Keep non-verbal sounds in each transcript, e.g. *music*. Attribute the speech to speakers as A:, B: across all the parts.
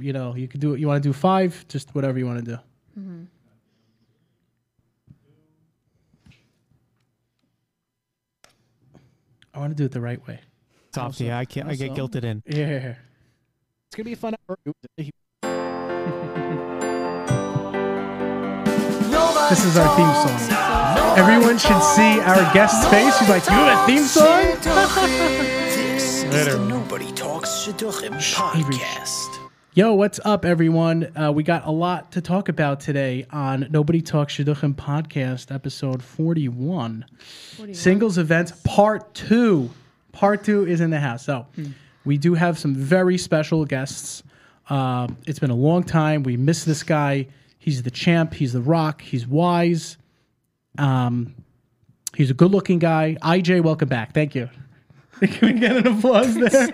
A: you know, you could do it. You want to do five, just whatever you want to do. I want to do it the right way.
B: Softy, I can't. I get
C: Also-
B: guilted in.
A: Yeah, here, here.
C: It's gonna be a fun hour.
A: This is our theme song. Everyone should see our guest's face. She's like, you have a theme song?
D: This is the Nobody Talks Shidduchim podcast.
A: Yo, what's up, everyone? Uh, we got a lot to talk about today on Nobody Talks Shidduchim podcast, episode 41. Singles events, part two. Part two is in the house. So we do have some very special guests. Uh, it's been a long time. We miss this guy. He's the champ. He's the rock. He's wise. Um, he's a good-looking guy. IJ, welcome back. Thank you. *laughs* Can we get an applause there?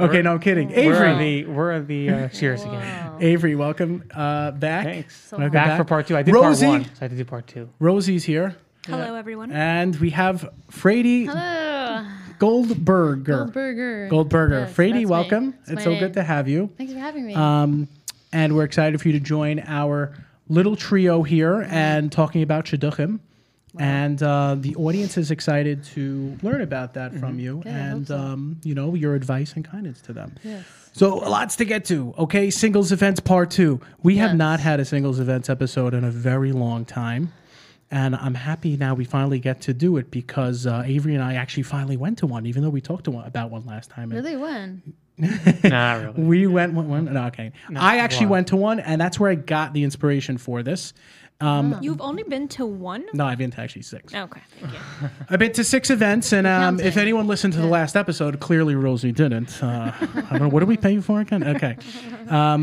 A: okay, no, I'm kidding.
E: We're
A: Avery,
E: at the we're at the uh, cheers again.
C: Wow.
A: Avery, welcome uh, back.
E: Thanks.
A: Welcome
E: back, for part two. I did
A: Rosie.
E: part one, so I had to do part *laughs* two.
A: Rosie's here,
F: Hello, everyone.
A: and we have Frady
G: Hello,
A: Goldberger.
G: Goldberger.
A: Goldberger.
G: Yes, that's
A: Frady,
G: me.
A: welcome.
G: That's
A: It's
G: my
A: so
G: name.
A: good to have you.
G: Thanks for having me.
A: Um, and we're excited for you to join our little trio here and talking about Shidduchim. And uh, the audience is excited to learn about that from you
G: Good, Mm-hmm. I hope
A: and,
G: so.
A: um, you know, your advice and kindness to them.
G: yes.
A: So lots to get to. Okay, singles events part two. We have
G: Yes.
A: not had a singles events episode in a very long time, and I'm happy now we finally get to do it because uh, Avery and I actually finally went to one, even though we talked to one, about one last time. and
G: Really, when?
E: Not really.
A: We went one. one no, okay, I actually went to one, and that's where I got the inspiration for this. Um,
F: You've only been to one?
E: Mm.
A: No, I've been to actually six.
F: Okay. Thank you.
A: I've been to six events, and um, if
G: counting.
A: anyone listened to the last episode, clearly Rosie didn't. Uh, I don't know. What did we pay you for again? Okay.
F: I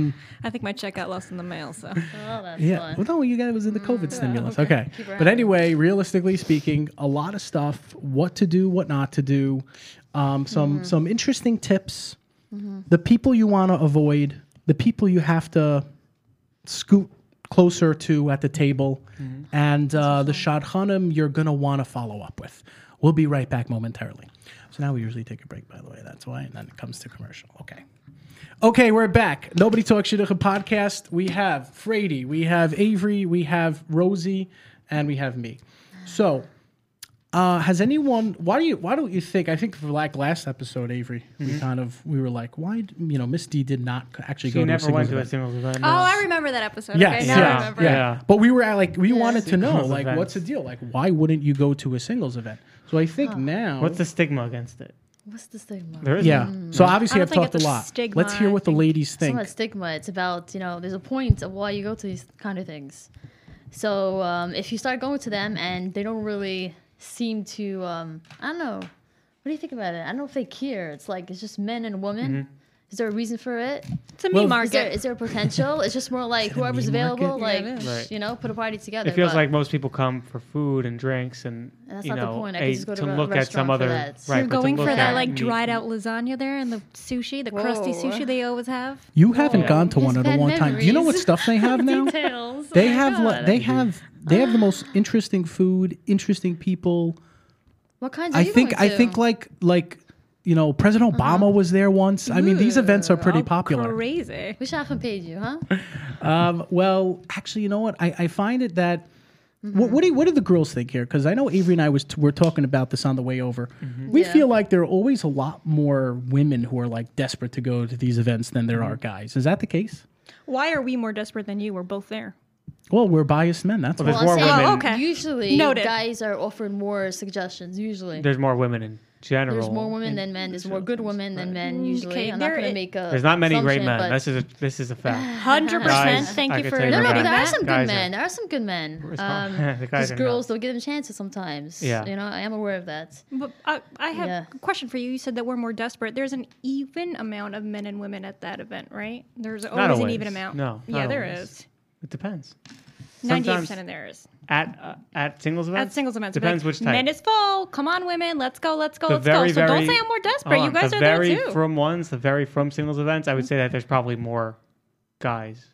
F: think my check got lost in the mail, so.
G: Oh, that's
A: Yeah.
G: fun.
A: Well, no, you got it was in the COVID stimulus. Okay.
G: Keep her
A: But
G: out.
A: anyway, realistically speaking, a lot of stuff. What to do, what not to do. Um, some some interesting tips. The people you want to avoid. The people you have to scoot closer to at the table, and uh, the shadchanim you're gonna want to follow up with. We'll be right back momentarily. So now we usually take a break, by the way. That's why, and then it comes to commercial. Okay. Okay, we're back. Nobody Talks Shidduchim podcast. We have Frady, we have Avery, we have Rosie, and we have me. So, uh, has anyone? Why do you? Why don't you think? I think for like last episode, Avery, we kind of we were like, why? d- You know, Miss D did not c- actually
E: Mm-hmm. She
A: go to a
E: never
A: singles
E: went to a
A: event.
E: singles event.
F: Oh, I remember that episode.
A: Yes,
F: okay, now
A: yeah,
F: I remember.
A: yeah.
E: Yeah.
A: But we were at like we wanted to know
E: Singles
A: like
E: events.
A: what's the deal? Like why wouldn't you go to a singles event? So I think now
E: What's the Mm. stigma against it?
G: What's the stigma?
E: There is
A: yeah. So
F: I
A: obviously I've
F: don't think
A: talked a
F: it's a
A: lot.
F: stigma,
A: Let's hear
F: I
A: what the
F: think
A: ladies
G: It's
A: think.
G: not a stigma. It's about you know. There's a point of why you go to these kind of things. So um, if you start going to them and they don't really seem to, um, I don't know. What do you think about it? I don't know if they care. It's like it's just men and women.
A: Mm-hmm.
G: Is there a reason for it?
F: It's a
A: Well,
F: meat
A: is
F: market.
G: Is there is there a potential? it's just
A: *laughs*
G: more like whoever's
A: meat market?
G: available,
F: Yeah, it
G: like
F: is.
E: Right.
G: you know, put a party together.
E: It feels
G: but-
E: like most people come for food and drinks and,
G: And that's
E: you
G: not the
E: know
G: point. I could
E: a-
G: just go to
E: to
G: a
E: look at some
G: restaurant for
E: other
G: that.
E: right.
F: You're
E: but to
F: going for
E: look
F: that
E: at
F: like
E: meat.
F: dried out lasagna there and the sushi, the crusty
G: Whoa.
F: sushi they always have.
A: You haven't
G: Oh.
A: gone to one in
G: His
A: a
G: bad
A: long time. Do you know what
G: memories.
A: stuff they have now?
G: details.
A: They
G: Oh my
A: have li-
G: God.
A: they have they have the most interesting food, interesting people.
G: what kinds? Are
A: I
G: you
A: think
G: going
A: I
G: to?
A: think like like you know President Obama was there once. I mean these events are pretty
F: Oh,
A: popular.
F: Crazy.
G: we should have him paid you, huh?
A: Um, well, actually, you know what? I, I find it that. What what do, what do the girls think here? Because I know Avery and I was t- were talking about this on the way over. We
G: Yeah.
A: feel like there are always a lot more women who are like desperate to go to these events than there are guys. Is that the case?
F: Why are we more desperate than you? We're both there.
A: Well, we're biased men. That's why.
E: Well, there's
G: I'm
E: more
G: saying
E: women.
F: Oh, okay.
G: Usually,
F: Noted.
G: guys are offered more suggestions. Usually,
E: There's more women in general.
G: there's more women
E: in-
G: than men. There's more good women than men. Usually,
F: Mm, okay,
G: I'm not
F: there
G: gonna
F: i-
G: make a.
E: There's not many great
G: assumption,
E: men.
G: but-
E: This is a, this is a
F: *sighs*
E: fact.
F: 100%.
E: Guys,
F: Thank
E: I
F: you
E: could
F: for
E: tell you
G: No, no,
E: Guys
G: but
E: are
G: there are
E: bad.
G: some good
E: Guys are-
G: men. There are some good men. Um,
E: *laughs* the guys
G: because
E: are
G: girls don't give them chances sometimes.
E: Yeah.
G: you know, I am aware of that.
F: But I, I have
G: Yeah.
F: a question for you. You said that we're more desperate. There's an even amount of men and women at that event, right? There's always, an
E: always.
F: even amount.
E: No,
F: Yeah,
E: not
F: there
E: always.
F: is.
E: It depends.
F: Ninety-eight
E: Sometimes-
F: percent of there is
E: At uh, at singles events.
F: at singles events. it'd be
E: Depends
F: like,
E: which type.
F: Men is full. Come on, women. Let's go. Let's go.
E: The
F: let's
E: very,
F: go.
E: very-
F: So don't say I'm more desperate.
E: Hold
F: You
E: on,
F: guys
E: Um, the
F: are
E: very
F: there too.
E: from ones, the very from singles events. I would say that there's probably more guys,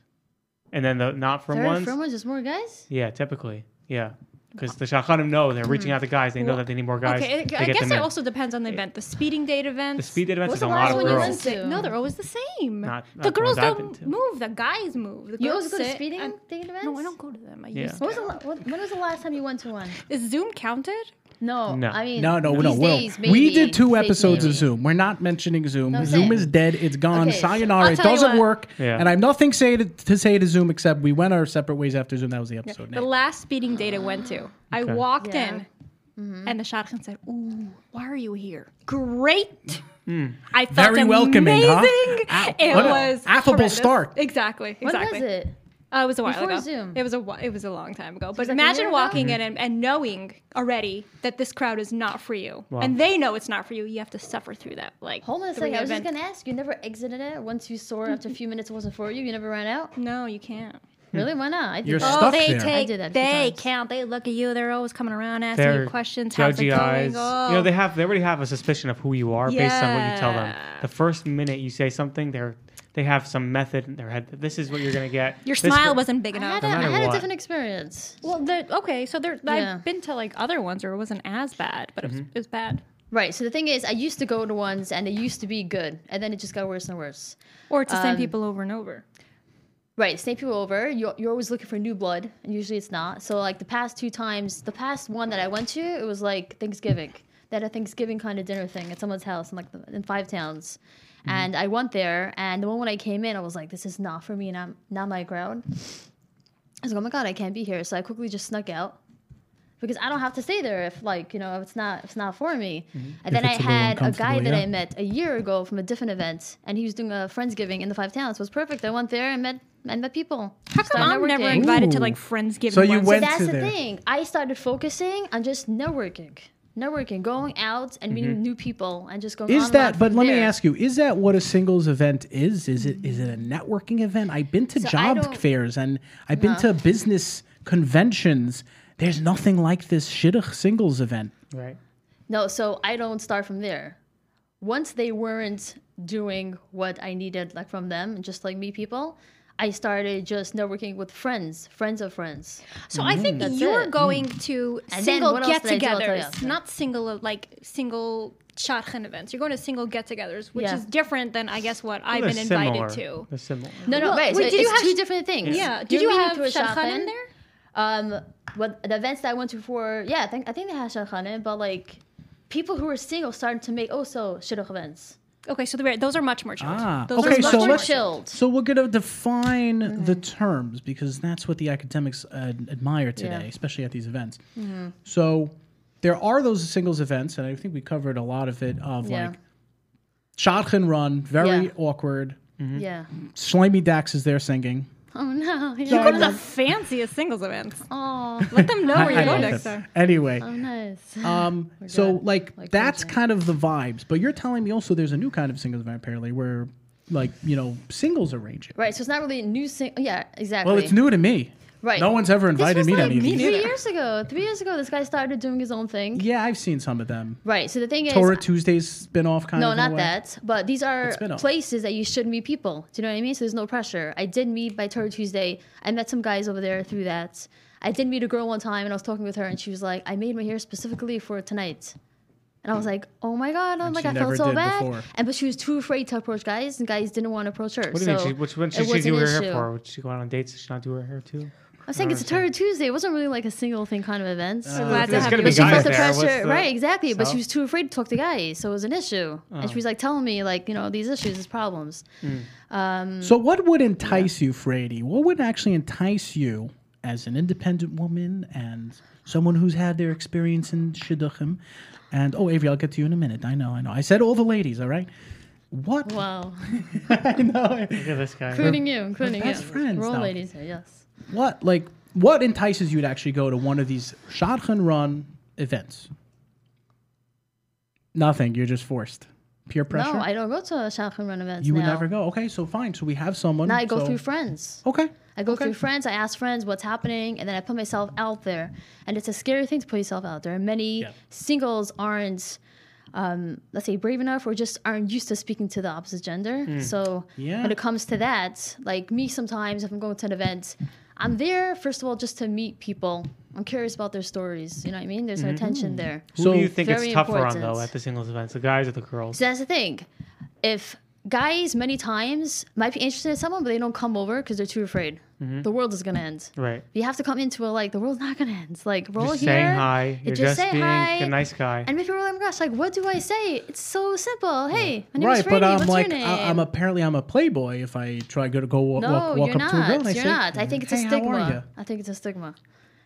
E: and then the not from
G: There are
E: ones.
G: from ones, there's more guys.
E: yeah, typically, yeah. because the shachanim know they're reaching out to guys. They know that they need more guys.
F: Mm. okay, it,
E: They
F: I
E: get
F: guess
E: them
F: it
E: in.
F: also depends on the event. The speeding date events.
E: the speed events
G: What's
E: is a
G: the
E: lot
G: last
E: of
G: one you went
E: girls.
G: to?
F: No, they're always the same.
E: Not- not
F: the
E: the
F: girls
E: ones I've
F: don't
E: been to.
F: move. The guys move. The
G: You
F: girls
G: always go to
F: sit
G: speeding
F: and-
G: dating events?
F: No, I don't go to them. I
E: Yeah.
F: used
G: When was, the,
F: to.
G: la- what- when was the last time you went to one?
F: Is Zoom counted?
G: No,
E: No.
G: I mean
A: No, no,
G: these
A: no. Well,
G: days,
A: we did
G: maybe.
A: two
G: Fake
A: episodes of
G: maybe.
A: Zoom. We're not mentioning Zoom.
G: No,
A: Zoom
G: same.
A: is dead. It's gone.
G: Okay, so-
A: Sayonara.
F: I'll
A: It
F: tell you
A: doesn't
F: what.
A: work.
E: Yeah.
A: And I have nothing say to, to say to Zoom except we went our separate ways after Zoom. That was the episode.
F: The
A: name.
F: last speeding date I went to, I walked
G: Yeah. Mm-hmm.
F: in, and the shotgun said, "Ooh, why are you here? Great! I felt
A: Hmm. Very welcoming,
F: amazing.
A: huh? Ow,
F: It
A: what a
F: was
A: affable
F: horrendous.
A: start.
F: Exactly.
G: When
F: exactly.
G: was it?
F: Uh, it was a while
G: Before
F: ago.
G: Zoom.
F: It was a whi- it was a long time ago. but
G: was like a year
F: imagine
G: ago?
A: Hmm.
F: walking in and, and knowing already that this crowd is not for you,
E: Wow.
F: and they know it's not for you. You have to suffer through that. Like
G: Hold on a
F: three
G: second. I was just
F: events.
G: gonna ask. You never exited it once you saw after a few minutes it wasn't for you. You never ran out.
F: No, you can't. Oh,
G: Really? Why not? I did
A: You're
G: that.
A: stuck there.
G: I did that a few
F: they
G: times.
F: count. They look at you. They're always coming around asking
E: They're
F: you questions. How's it
E: judgy
F: going?
E: eyes.
F: Oh.
E: You know they have they already have a suspicion of who you are based on what you tell them.
F: Yeah.
E: The first minute you say something, they're they have some method in their head. that This is what you're gonna get.
F: *laughs* Your
E: This
F: smile
E: gr-
F: wasn't big
G: I
F: enough.
G: had,
E: No
G: a, I
E: matter
G: had a
E: what.
G: different experience.
F: Well, there- okay, so there,
G: Yeah.
F: I've been to like other ones where it wasn't as bad, but it, was, it was bad.
G: Right. So the thing is, I used to go to ones and they used to be good, and then it just got worse and worse.
F: Or it's the same
G: Um,
F: people over and over.
G: Right, snake people over. You're, you're always looking for new blood, and usually it's not. So, like, the past two times, the past one that I went to, it was like Thanksgiving. They had a Thanksgiving kind of dinner thing at someone's house in like the, in five towns.
A: Mm-hmm.
G: And I went there, and the moment I came in, I was like, this is not for me, and I'm not my crowd. I was like, oh my God, I can't be here. So I quickly just snuck out because I don't have to stay there if, like, you know, if it's not, if it's not for me. And
A: Mm-hmm. If
G: then I
A: it's a little
G: had a guy
A: uncomfortable,
G: that
A: yeah.
G: I met a year ago from a different event, and he was doing a friendsgiving in the Five Towns. It was perfect. I went there and met and met people.
F: How come
G: Started
F: I'm never
G: networking.
F: invited to
A: Ooh.
F: like Friendsgiving?
A: So you
F: ones?
A: went-
G: That's
A: to
G: the
A: there.
G: thing. I started focusing on just networking, networking, going out and meeting new people, and just going.
A: Mm-hmm. Is
G: online
A: that? But
G: from
A: let me
G: there.
A: ask you: Is that what a singles event is? Is it is it a networking event? I've been to
G: So I
A: job
G: don't-
A: fairs and I've been to business conventions. There's nothing like this shidduch singles event.
E: Right.
G: No, so I don't start from there. Once they weren't doing what I needed, like from them, and just like me people, I started just networking with friends, friends of friends.
F: So I think
G: That's
F: you're
G: it.
F: going to
G: And then
F: single
G: what else did I do? I'll tell you
F: get-togethers,
G: after.
F: not single uh, like single shotgun events. You're going to single get-togethers, which
G: Yeah.
F: is different than I guess what I've
E: They're
F: been
E: similar.
F: invited to.
E: They're similar.
G: No, no,
F: Well,
G: right. So
F: wait, did you
G: it's
F: have
G: two
F: sh-
G: different things.
F: Yeah.
G: You're
F: Did you
G: meeting
F: have
G: through a
F: shotgun
G: shotgun.
F: in there?
G: um what the events that I went to for yeah, I think I think they had Shadchanim, but like people who were single started to make also shidduch events.
F: Okay, so the- those are much more chilled.
A: Ah,
F: Those
A: okay,
F: are
A: so
F: much more
A: let's-
G: chilled.
A: So we're going to define the
G: Mm-hmm.
A: terms because that's what the academics uh, admire today,
G: Yeah. Mm-hmm.
A: especially at these events. So there are those singles events, and I think we covered a lot of it of
G: Yeah.
A: like shotgun run, very
G: Yeah.
A: awkward.
G: Yeah.
A: Slimy Dax is there singing.
G: Oh no. *laughs*
F: You
G: Yeah.
F: go to the fanciest singles events.
G: Oh,
F: Let them know where you
A: I
F: go
A: love
F: next
A: it.
F: time.
A: Anyway,
G: nice.
A: um, so
G: Uh-huh. Oh God.
A: like,
G: Like
A: that's
G: Cajun.
A: kind of the vibes. But you're telling me also there's a new kind of singles event apparently where like you know singles arrange it.
G: Right, so it's not really a new sing. Yeah, exactly.
A: Well, it's new to me.
G: Right.
A: No one's ever
G: This
A: invited
G: was
A: me to
G: like
A: any of these.
G: Three years ago, three years ago, this guy started doing his own thing.
A: Yeah, I've seen some of them.
G: Right. So the thing is,
A: Torah Tuesday's spin-off kind
G: no,
A: of. in a
G: not
A: way.
G: that. But these are
A: It's been off.
G: places that you should meet people. Do you know what I mean? So there's no pressure. I did meet by Torah Tuesday. I met some guys over there through that. I did meet a girl one time, and I was talking with her, and she was like, "I made my hair specifically for tonight." And I was like, "Oh my god!" I'm
A: And
G: like,
A: she
G: I
A: never
G: felt so
A: did
G: bad.
A: before.
G: And but she was too afraid to approach guys, and guys didn't want to approach her.
E: What do you
G: so
E: mean? She, which one
G: it
E: should she
G: was
E: do
G: an
E: her hair
G: issue.
E: for? Would she go out on dates? Did she not do her hair too?
G: I was saying it's a Torah Tuesday. It wasn't really like a single thing kind of event.
F: Glad to
E: There's
F: have
E: gonna
F: you.
E: be
G: But she
E: guys
G: felt the
E: there. What's
G: pressure,
E: the-
G: right? Exactly. But
E: So?
G: she was too afraid to talk to guys, so it was an issue.
A: Oh.
G: And she was like telling me, like, you know, these issues, these problems. Um,
A: So, what would entice you, Frady? What would actually entice you as an independent woman and someone who's had their experience in shidduchim? And oh, Avery, I'll get to you in a minute. I know, I know. I said all the ladies. All right. What?
G: wow,
A: *laughs* I know.
E: Look at this guy.
G: including you, including you.
A: best friends
G: We're all
A: now.
G: ladies here, yes.
A: What? Like, what entices you to actually go to one of these shotgun run events? Nothing. You're just forced. Peer pressure.
G: No, I don't go to a shotgun run events.
A: you
G: now.
A: would never go. Okay, so fine. So we have someone.
G: Now I go
A: so-
G: through friends.
A: Okay.
G: I go
A: okay.
G: through friends. I ask friends what's happening, and then I put myself out there. And it's a scary thing to put yourself out there. And many
A: Yeah.
G: singles aren't, um, let's say, brave enough or just aren't used to speaking to the opposite gender. So
A: Hmm. Yeah.
G: when it comes to that, like me, sometimes if I'm going to an event, I'm there first of all just to meet people. I'm curious about their stories. You know what I mean? There's an attention there.
A: Mm-hmm.
E: Who
A: So-
E: do you think it's
G: Very
E: tougher on though
G: important.
E: at the singles events, the guys or the girls?
G: So that's the thing. If guys many times might be interested in someone, but they don't come over because they're too afraid.
A: Mm-hmm.
G: The world is gonna end.
E: Right.
G: You have to come into it like the world's not gonna end. Like we're all
E: Just
G: here.
E: saying hi. You're just,
G: say
E: being
G: hi.
E: a nice guy.
G: And people are like, oh my gosh, like what do I say? It's so simple. Hey, my name
A: right,
G: is Franny.
A: but I'm
G: What's
A: like,
G: your name?
A: I, am apparently I'm a playboy if I try to go, go walk,
G: no,
A: walk, walk
G: you're
A: up
G: not.
A: to a girl and I
G: you're
A: say,
G: not. I think it's a
A: "Hey, how are ya?"
G: stigma. I think it's a stigma.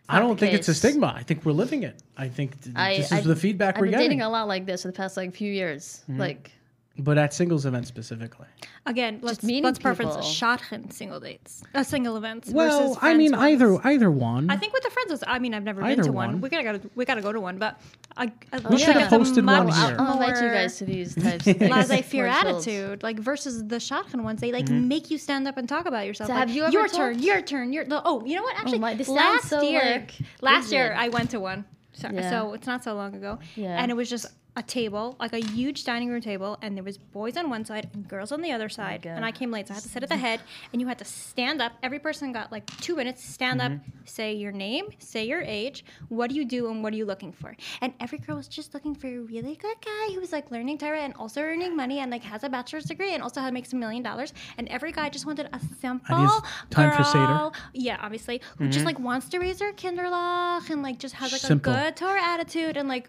A: I
G: not
A: don't
G: the
A: think it's a
G: case.
A: stigma. I think we're living it. I think th-
G: I,
A: this
G: I,
A: is the feedback
G: I've
A: we're
G: been
A: getting.
G: dating a lot like this for the past like few years.
A: Mm-hmm.
G: Like
A: But at singles events specifically.
F: Again, let's
G: meeting
F: let's preference
G: people.
F: Shotgun single dates, uh, single events.
A: Well,
F: versus
A: I mean,
F: friends ones.
A: either either one.
F: I think with the friends was. I mean, I've never
A: Either
F: been to one.
A: one.
F: We gotta gotta we gotta go to one, but I, I
A: We should
G: have
A: posted one
G: I'll,
A: here.
G: I'll invite you guys to
A: *laughs*
G: these types of things.
F: Laissez
G: *laughs*
F: faire
G: More chills.
F: attitude, like versus the shotgun ones, they like
A: Mm-hmm.
F: make you stand up and talk about yourself.
G: So
F: like,
G: have you ever
F: your
G: told-
F: turn, your turn, your the- oh, you know what? Actually,
G: my- this sounds
F: last
G: so,
F: year,
G: like,
F: last year
G: Indian.
F: I went to one. So,
G: Yeah.
F: so it's not so long ago,
G: Yeah.
F: and it was just a table, like a huge dining room table, and there was boys on one side and girls on the other side,
G: God.
F: and I came late, so I had to sit at the head, and you had to stand up. Every person got like two minutes. Stand up, say your name, say your age, what do you do, and what are you looking for? And every girl was just looking for a really good guy who was like learning Tyra and also earning money and like has a bachelor's degree and also had, makes a million dollars. And every guy just wanted a simple
A: time for Seder.
F: girl, yeah, obviously, who just like wants to raise her Kinderlach and like just has like
A: Mm-hmm. Simple.
F: a good to her attitude and like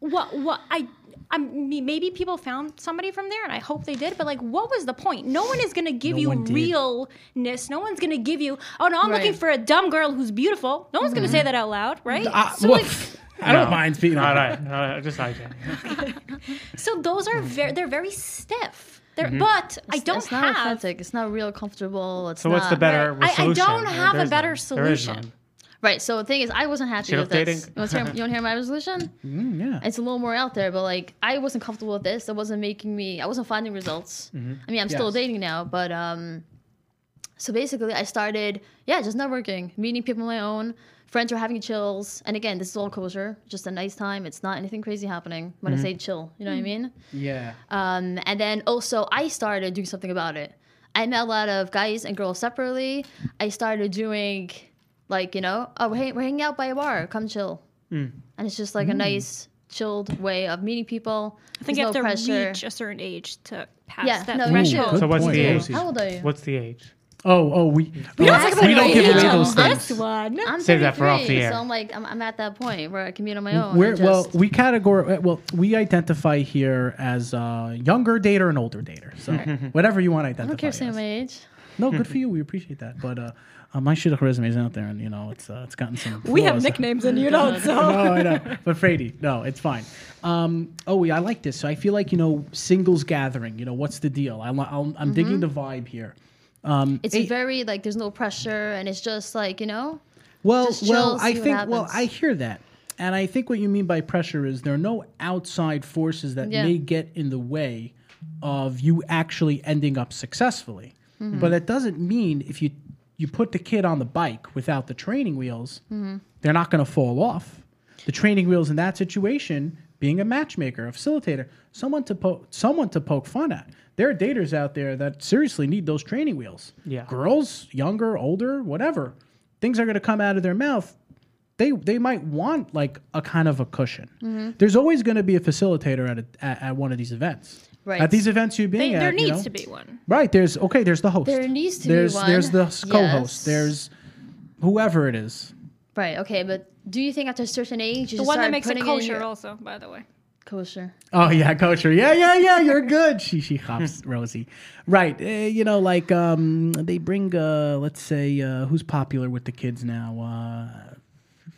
F: what what I I mean, maybe people found somebody from there, and I hope they did. But like, what was the point? No one is gonna give
A: No
F: you
A: one did.
F: realness. No one's gonna give you. Oh no, I'm
G: Right.
F: looking for a dumb girl who's beautiful. No one's gonna say that out loud, right?
A: I, Mm-hmm.
F: so
A: uh, well,
F: like,
A: *laughs* I don't mind being
E: All right, all right, just like that.
F: so those are very they're very stiff. They're
A: Mm-hmm.
F: but I don't
G: it's not
F: have.
G: authentic. It's not real comfortable. It's
E: So
G: not,
E: what's the better
F: Right. I- I
E: solution?
F: don't
E: There-
F: have a
E: there's
F: better
E: none. There is
F: solution.
E: none.
G: Right. So the thing is, I wasn't happy
E: Shit
G: with
E: up
G: this.
E: dating.
G: You want, to hear, you want to hear my resolution?
A: yeah.
G: It's a little more out there, but like I wasn't comfortable with this. It wasn't making me. I wasn't finding results. I mean, I'm
A: Mm-hmm.
G: still
A: Yes.
G: dating now, but um, so basically, I started yeah, just networking, meeting people on my own. Friends are having chills, and again, this is all kosher. Just a nice time. It's not anything crazy happening. When I
A: Mm-hmm.
G: say chill, you know what I
A: Mm.
G: mean?
A: Yeah.
G: Um, and then also, I started doing something about it. I met a lot of guys and girls separately. I started doing, like, you know, oh, we're, hang- we're hanging out by a bar, come chill.
E: Hmm.
G: And it's just like a nice, chilled way of meeting people.
F: I think you
G: There's
F: have
G: no
F: to
G: pressure.
F: reach a certain age to pass
G: Yeah,
F: that
G: no, you
A: Ooh,
G: should.
F: threshold.
A: good
E: So what's
A: point,
E: the age?
A: Rosie.
G: How old are you?
E: What's the age?
A: Oh, oh, we we
F: don't talk about
A: we don't
F: your
A: give
F: *laughs* age
A: away
F: on
A: those
F: this
A: things.
F: one.
G: I'm
E: Save that for off the
G: 33,
E: air.
G: So I'm like, I'm, I'm at that point where I can meet on my own.
A: We're,
G: and
A: well,
G: just-
A: we categor eh, well we identify here as uh, younger dater and older dater.
G: *laughs*
A: So whatever you want to identify.
G: I don't care
A: as.
G: if I'm my age.
A: No, good for you. We appreciate that. But uh, uh, my shidduch resume is out there, and you know it's uh, it's gotten some.
F: We have
A: flaws.
E: *laughs*
F: nicknames and you don't, so.
A: *laughs* no, I know. But Frady, no, it's fine. Um, oh, yeah, I like this. So I feel like you know singles gathering. You know what's the deal? I'm I'm, I'm digging
G: Mm-hmm.
A: the vibe here.
G: It's
A: Eight-
G: very like there's no pressure, and it's just like you know,
A: Well,
G: Just
A: well,
G: chill,
A: I
G: see what
A: think well,
G: happens.
A: I hear that. And I think what you mean by pressure is there are no outside forces that
G: Yeah.
A: may get in the way of you actually ending up successfully. But that doesn't mean if you you put the kid on the bike without the training wheels, they're not going to fall off. The training wheels in that situation being a matchmaker, a facilitator, someone to poke someone to poke fun at. There are daters out there that seriously need those training wheels
E: Yeah.
A: girls, younger, older, whatever, things are going to come out of their mouth. They they might want like a kind of a cushion.
G: Mm-hmm.
A: There's always going to be a facilitator at, a, at at one of these events.
G: Right.
A: At these events you've been
F: They-
A: at,
F: there
A: you
F: needs
A: know?
F: to be one.
A: Right. There's okay. There's the host.
G: There needs to be
A: there's,
G: one.
A: There's the s- co-host.
G: Yes.
A: There's whoever it is.
G: right? Okay, but do you think after a certain age,
F: The
G: you just
F: one that
G: start
F: makes it
G: putting in
F: kosher,
G: your-
F: also, by the way.
G: kosher?
A: Oh yeah, kosher. Yeah, yeah, yeah. You're good. She she
G: *laughs*
A: hops Rosie. Right. eh, you know, like um, they bring uh, let's say uh, who's popular with the kids now. Uh,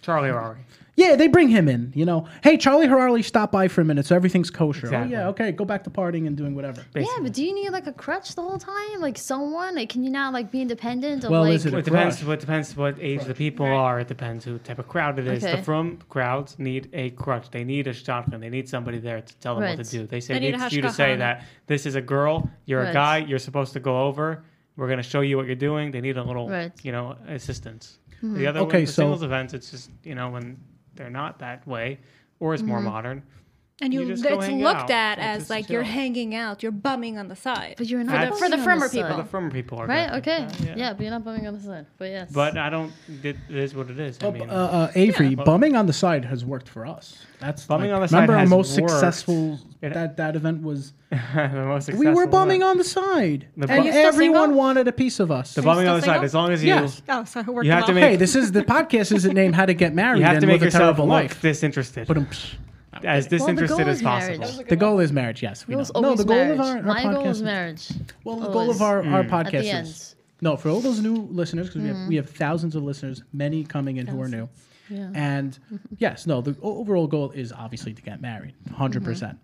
E: Charlie Rory.
A: Yeah, they bring him in. You know, hey, Charlie Harali, stop by for a minute, so everything's kosher.
E: Exactly.
A: Oh yeah, okay, go back to partying and doing whatever.
G: Yeah, but do you need like a crutch the whole time? Like someone? Like can you not like be independent of
A: Well,
G: like
A: is it a
E: It depends.
A: crush?
E: What depends what age the people are. It depends who type of crowd it is.
G: Okay.
E: The from crowds need a crutch. They need a shotgun. They need somebody there to tell them
G: Right.
E: what to do. They say
F: They need a
E: need you to say
F: hashkahan.
E: that this is a girl. You're
G: Right.
E: a guy. You're supposed to go over. We're gonna show you what you're doing. They need a little,
G: Right. Mm-hmm.
E: you know, assistance. The other
A: Okay,
E: one, the
A: so-
G: Mm-hmm.
E: singles events, it's just you know when they're not that way, or it's more modern.
F: And you,
E: You just go
F: it's
E: hang
F: looked
E: out.
F: at
E: It's
F: as
E: just
F: like you're
E: chill.
F: hanging out, you're bumming on the side.
G: But you're not
E: That's-
F: For the
G: bumming on
F: firmer
G: side,
F: people.
E: For the firm people are
G: Oh. right?
E: good.
G: Okay.
E: Yeah.
G: Yeah. but you're not bumming on the side. But yes.
E: But I don't. It, it is what it is. I
A: Uh,
E: mean,
A: uh, Avery,
E: but-
A: bumming on the side has worked for us. That's
E: Bumming
A: like-
E: on the side
A: Remember
E: has
A: our most
E: worked.
A: successful
E: It-
A: that that event was.
E: *laughs* the most
A: We were
E: successful
A: bumming
E: one.
A: on the side,
E: The
A: and
E: bu-
F: still
A: everyone
F: single?
A: wanted a piece of us.
E: the bumming on the
F: still
E: side.
F: single?
E: As long as you
A: Yes.
F: Oh, so it worked
E: You have to
F: well.
E: make-
A: Hey, this is the podcast. Isn't named "How to Get Married"
E: *laughs* you have to
A: and
E: make
A: Live a
E: yourself
A: Terrible
E: look
A: Life.
E: disinterested,
A: But um,
E: as
G: goal
E: disinterested as
G: is marriage.
E: possible.
A: The goal is marriage. Yes, we
G: Goal's
A: know. No,
G: always
A: the goal
G: marriage.
A: of our, our
G: My
A: podcast
G: goal is marriage.
A: Well, the goal of
G: Always.
A: our,
E: Mm.
A: our
G: At the
A: podcast
G: end.
A: is no for all those new listeners because we have
F: Mm-hmm.
A: we have thousands of listeners, many coming in who are new,
G: Yeah.
F: *laughs*
A: and yes, no, the o- overall goal is obviously to get married, 100 percent.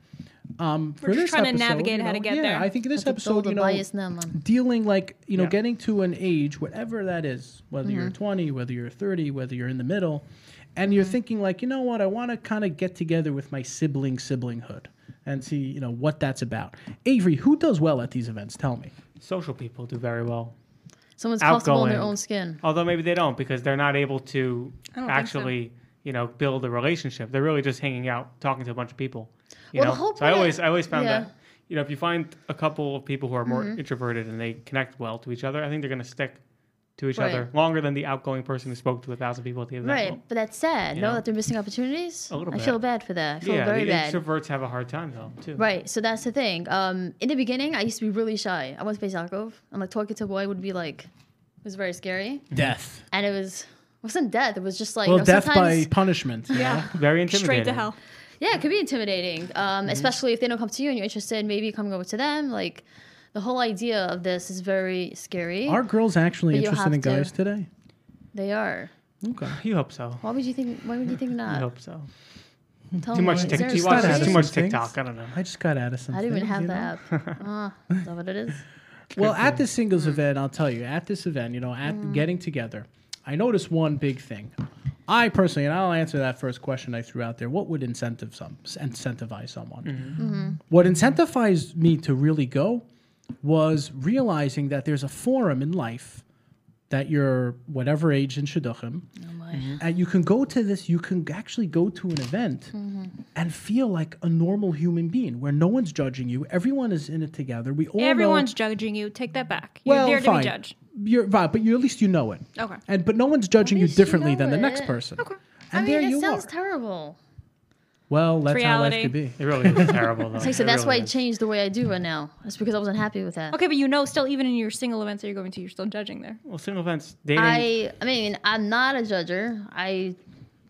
A: Um, for
F: Mm-hmm. We're just
A: this
F: trying to
A: episode,
F: navigate
A: you
F: how to
A: know,
F: get
A: yeah,
F: there.
A: I think this
G: To build
A: episode,
G: a
A: you know,
G: bias now, man.
A: dealing like you know
E: Yeah.
A: getting to an age whatever that is whether
F: Mm-hmm.
A: you're 20 whether you're 30 whether you're in the middle and you're thinking like you know what i want to kind of get together with my sibling siblinghood and see you know what that's about avery who does well at these events tell me
E: Social people do very well,
G: Someone's comfortable in their
E: outgoing.
G: own skin.
E: although maybe they don't because they're not able to
F: don't think so.
E: actually, you know, build a relationship. They're really just hanging out, talking to a bunch of people. You
G: Well, the
E: know,
G: whole
E: so I
G: point-
E: always, I always found
G: yeah. Mm-hmm.
E: that, you know, if you find a couple of people who are more introverted and they connect well to each other, I think they're going to stick to each other
G: Right.
E: longer than the outgoing person who spoke to a thousand people at the event.
G: Right, but that's sad.
E: You
G: know
E: know?
G: that they're missing opportunities.
E: A little
G: I
E: bit.
G: feel bad for that. I feel
E: yeah,
G: very
E: the
G: bad.
E: introverts have a hard time though too.
G: Right, so that's the thing. Um, in the beginning, I used to be really shy. I went to Bezakov, and like talking to a boy would be like, it was very scary,
A: death
G: and it was it wasn't death. It was just like
A: well
G: you know,
A: death by
G: sometimes,
A: punishment you know?
F: Yeah.
E: Very intimidating.
F: Straight to hell.
G: yeah, it could be intimidating. Um,
A: Mhm.
G: especially if they don't come to you and you're interested, maybe coming over to them. Like the whole idea of this is very scary.
A: are girls actually
G: But you
A: interested
G: have
A: in
G: to-
A: guys today
G: they are.
A: okay
E: You hope so.
G: Why would you think? Why would you think
E: I
G: not?
E: hope so.
G: Too
E: Too much
A: there
E: TikTok.
A: a
E: You watch
A: stat
E: too
A: out
E: much
A: of these
E: TikTok.
A: things?
E: I don't know.
A: i just got out of some
G: I don't even
A: things,
G: have
A: you
G: the
A: know?
G: app.
A: *laughs*
G: Ah, is that what it is?
A: Well, at this singles event, I'll tell you, at this event, you know, at getting together, I noticed one big thing. I personally, and I'll answer that first question I threw out there. What would incentive some incentivize someone? What incentivized me to really go was realizing that there's a forum in life that you're whatever age in Shidduchim, and you can go to this. You can actually go to an event and feel like a normal human being, where no one's judging you. Everyone is in it together. We all know-
F: Everyone's judging you. Take that back. You're there to be judged.
A: You're right, but you at least you know it.
F: Okay.
A: And but no one's judging you
G: least you
A: differently
G: know
A: than the next
G: it.
A: person.
F: Okay.
A: And
G: I mean,
A: there
G: it
A: you are.
G: sounds terrible.
A: well, that's how life
E: *laughs*
F: Reality.
A: could be.
E: It really is terrible though.
G: Like, *laughs* so
E: It
G: that's
E: really
G: why I
E: is.
G: changed the way I do right now. That's because I wasn't happy with that.
F: Okay, but you know, still, even in your single events that you're going to, you're still judging there.
E: Well, single events dating.
G: I I mean I'm not a judger. I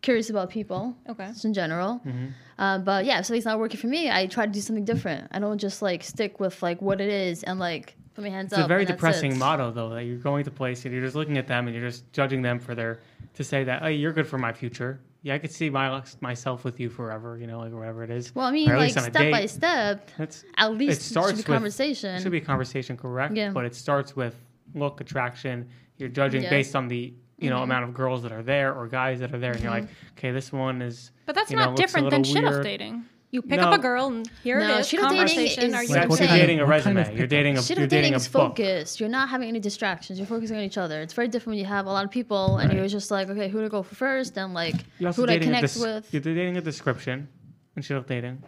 G: curious about people.
F: Okay.
G: Just in general.
E: Mm-hmm.
G: Uh, but yeah, if something's not working for me, I try to do something different. I don't just like stick with like what it is and like put my hands
E: it's
G: up.
E: a very
G: and that's
E: depressing
G: it.
E: motto though that you're going to place and you're just looking at them and you're just judging them for their to say that hey you're good for my future. Yeah, I could see my myself with you forever. You know, like whatever it is.
G: Well, I mean,
E: Or at
G: like
E: least on a
G: step
E: date.
G: by step.
E: That's
G: At least
E: it starts
G: should be
E: with
G: conversation.
E: It should be a conversation, correct?
G: Yeah.
E: But it starts with look, attraction. You're judging
G: Yeah. Mm-hmm.
E: based on the you know amount of girls that are there or guys that are there, and you're like, okay, this one is.
F: But that's
E: you know,
F: not
E: looks a
F: different
E: little
F: than shit off
E: weird.
F: dating. You pick
E: No.
F: up a girl and here
G: No,
F: it is.
G: shit off dating
F: Conversation.
G: is-
F: Are you
G: Like,
E: That's
G: what
E: you're
G: kind of-
E: dating a
A: what
E: resume.
A: kind of
E: you're dating a
G: Shadow
E: you're dating
G: dating
E: a
G: is
E: book.
G: focused. You're not having any distractions. You're focusing on each other. It's very different when you have a lot of people and you're just like, okay, who to go for first and like
E: You're
G: who
E: also
G: do I
E: dating a
G: connect
E: des-
G: with.
E: You're dating a description instead of dating.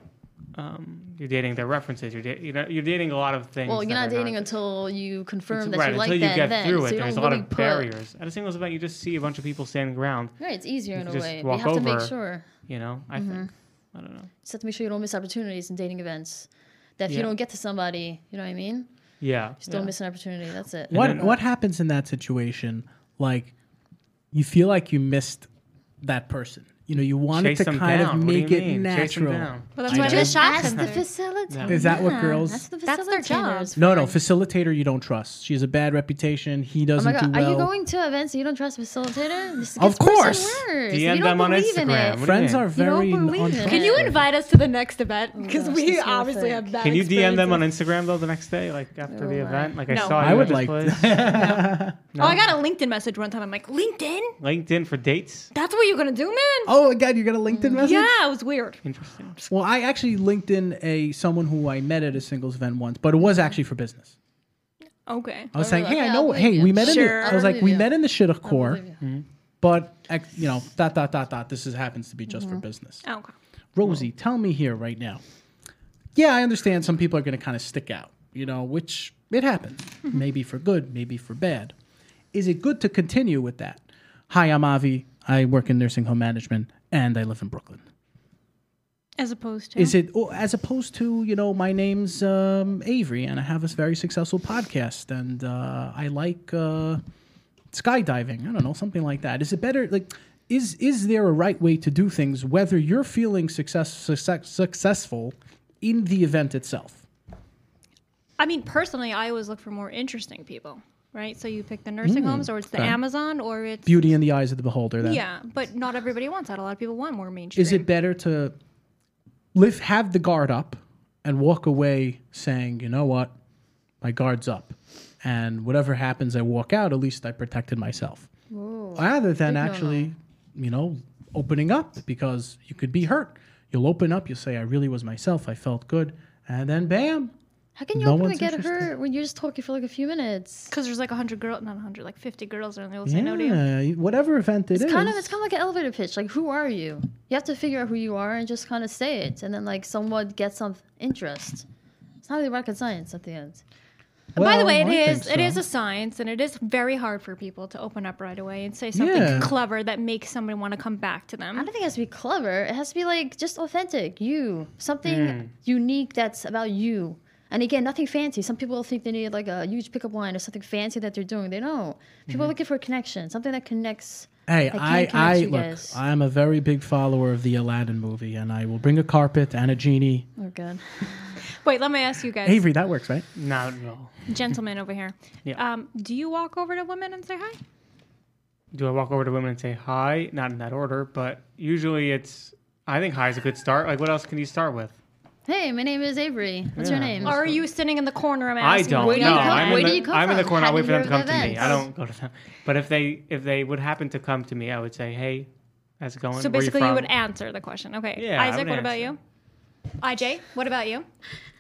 E: Um, you're dating their references. You're da- you know you're dating a lot of things.
G: Well, you're
E: that
G: not
E: are
G: dating until you confirm
E: It's-
G: that
E: right,
G: you like
E: until
G: that
E: you get
G: event.
E: through it.
G: so you
E: there's a
G: don't
E: lot
G: really
E: of
G: put-
E: barriers. At a singles event, you just see a bunch of people standing around.
G: Right, it's easier in
E: can
G: a
E: just
G: way. You
E: walk
G: have to make
E: over.
G: sure.
E: You know, I
G: Mm-hmm.
E: think I don't know.
G: Just have to make sure you don't miss opportunities in dating events. That if you
E: Yeah.
G: don't get to somebody, you know what I mean? You
E: Yeah,
G: just don't miss an opportunity. That's it.
A: What what happens in that situation? Like you feel like you missed that person. You know, you wanted
E: Chase
A: to
E: them
A: kind
E: down.
A: of
E: What do you
A: make it
E: mean? Chase them
A: natural.
E: down.
F: Well, that's why the shots
G: That's the facility.
A: Is that what girls
G: That's the Oh
F: That's their job.
G: facilitators.
A: No, no, facilitator you don't trust. She has a bad reputation. He
G: Oh
A: doesn't
G: my god,
A: do well.
G: are you going to events and you don't trust the facilitator? This
A: Of
G: gets worse and
A: course.
G: worse. You
E: DM
G: don't
E: them on
G: believe
E: Instagram.
G: in it.
E: What do you
A: Friends
E: mean?
A: are
G: don't
A: very
G: believe it.
A: untrustworthy.
G: Can you
F: invite us to the next event? Because
G: gosh, this is horrific.
F: bad.
E: Can you DM them on Instagram though the next day, like after the
G: Oh,
E: event? Like I
F: No.
E: saw
A: I
E: you
A: would
E: at
A: like-
E: this
A: *laughs*
E: place.
F: Oh, I got a LinkedIn message one time. I'm like, LinkedIn?
E: LinkedIn for dates.
F: That's what you're gonna do, man?
A: Oh my god, you got a LinkedIn message?
F: yeah, it was weird.
E: Interesting.
A: Well, I actually linked in a someone who I met at a singles event once, but it was actually for business.
F: Okay.
A: I was saying,
G: really?
A: hey, I
G: Yeah,
A: know,
G: Oh, I'll
A: hey,
G: believe
A: we
G: you.
A: met in
F: Sure.
A: the, I was
G: I'll
A: like, we
G: believe
A: met in the shidduch core,
G: believe Mm-hmm.
A: but ex- you know, dot dot dot dot. This is, happens to be just for business.
F: Oh, Okay.
A: Rosie, tell me here right now. Yeah, I understand some people are going to kind of stick out, you know, which it happens.
G: Mm-hmm.
A: maybe for good, maybe for bad. Is it good to continue with that? Hi, I'm Avi. I work in nursing home management and I live in Brooklyn.
F: As opposed to
A: Is it or as opposed to you know my name's um, Avery and I have this very successful podcast and uh, I like uh, skydiving. I don't know something like that. Is it better like? Is is there a right way to do things? Whether you're feeling success, success successful in the event itself.
F: I mean, personally, I always look for more interesting people, right? So you pick the
A: Hmm.
F: nursing homes, or it's the
A: okay.
F: Amazon, or it's
A: Beauty in the eyes of the beholder. Then.
F: yeah. But not everybody wants that. A lot of people want more mainstream.
A: Is it better to lift have the guard up and walk away saying, you know what, my guard's up, and whatever happens, I walk out. At least I protected myself. Rather than
G: no-no.
A: actually, you know, opening up because you could be hurt. You'll open up. You'll say, I really was myself. I felt good, and then bam.
G: How can you
A: No
G: open and
A: one's
G: get
A: interested.
G: hurt when you're just talking for like a few minutes?
F: Because there's like hundred girls, not hundred, like fifty girls, and they'll say no to you.
A: Yeah, whatever event it is.
G: It's kind of it's kind of like an elevator pitch. Like who are you? You have to figure out who you are and just kind of say it, and then like someone gets some interest. It's not really rocket science at the end.
F: By the
A: Well,
F: way, it
A: I think
F: is it is
A: so.
F: a science, and it is very hard for people to open up right away and say something
A: Yeah.
F: clever that makes somebody want to come back to
G: I
F: them.
G: don't think it has to be clever. It has to be like just authentic, you, something
A: Hmm.
G: unique that's about you. And again, nothing fancy. Some people think they need like a huge pickup line or something fancy that they're doing. They don't. People
A: Hmm.
G: are looking for a connection, something that connects.
A: Hey,
G: can't
A: I,
G: connect
A: I
G: you
A: look.
G: guys.
A: I am a very big follower of the Aladdin movie, and I will bring a carpet and a genie.
G: Oh god.
F: Wait, let me ask you guys,
A: Avery, that works, right?
E: Not at all.
F: gentlemen over here.
E: Yeah.
F: Um, do you walk over to women and say hi?
E: Do I walk over to women and say hi? Not in that order, but usually it's. I think hi is a good start. Like, what else can you start with?
G: Hey, my name is Avery. What's your
E: Yeah.
G: name?
F: Or are you sitting in the corner? I'm
E: I
F: asking
E: don't.
G: where do you
E: no,
G: come-
E: I'm,
G: where
E: in
G: do
E: the,
G: you come
E: I'm in the
G: from?
E: corner. I
G: How
E: wait
G: do
E: for
G: you
E: them to come
G: hear of
E: to me. I don't
G: events?
E: go to them. But if they if they would happen to come to me, I would say, "Hey, how's it going?
F: So
E: Where
F: basically,
E: you,
F: you,
E: from?
F: would answer the question. Okay.
E: Yeah, I
F: Isaac,
E: would
F: what about you?
E: answer.
F: IJ, what about you?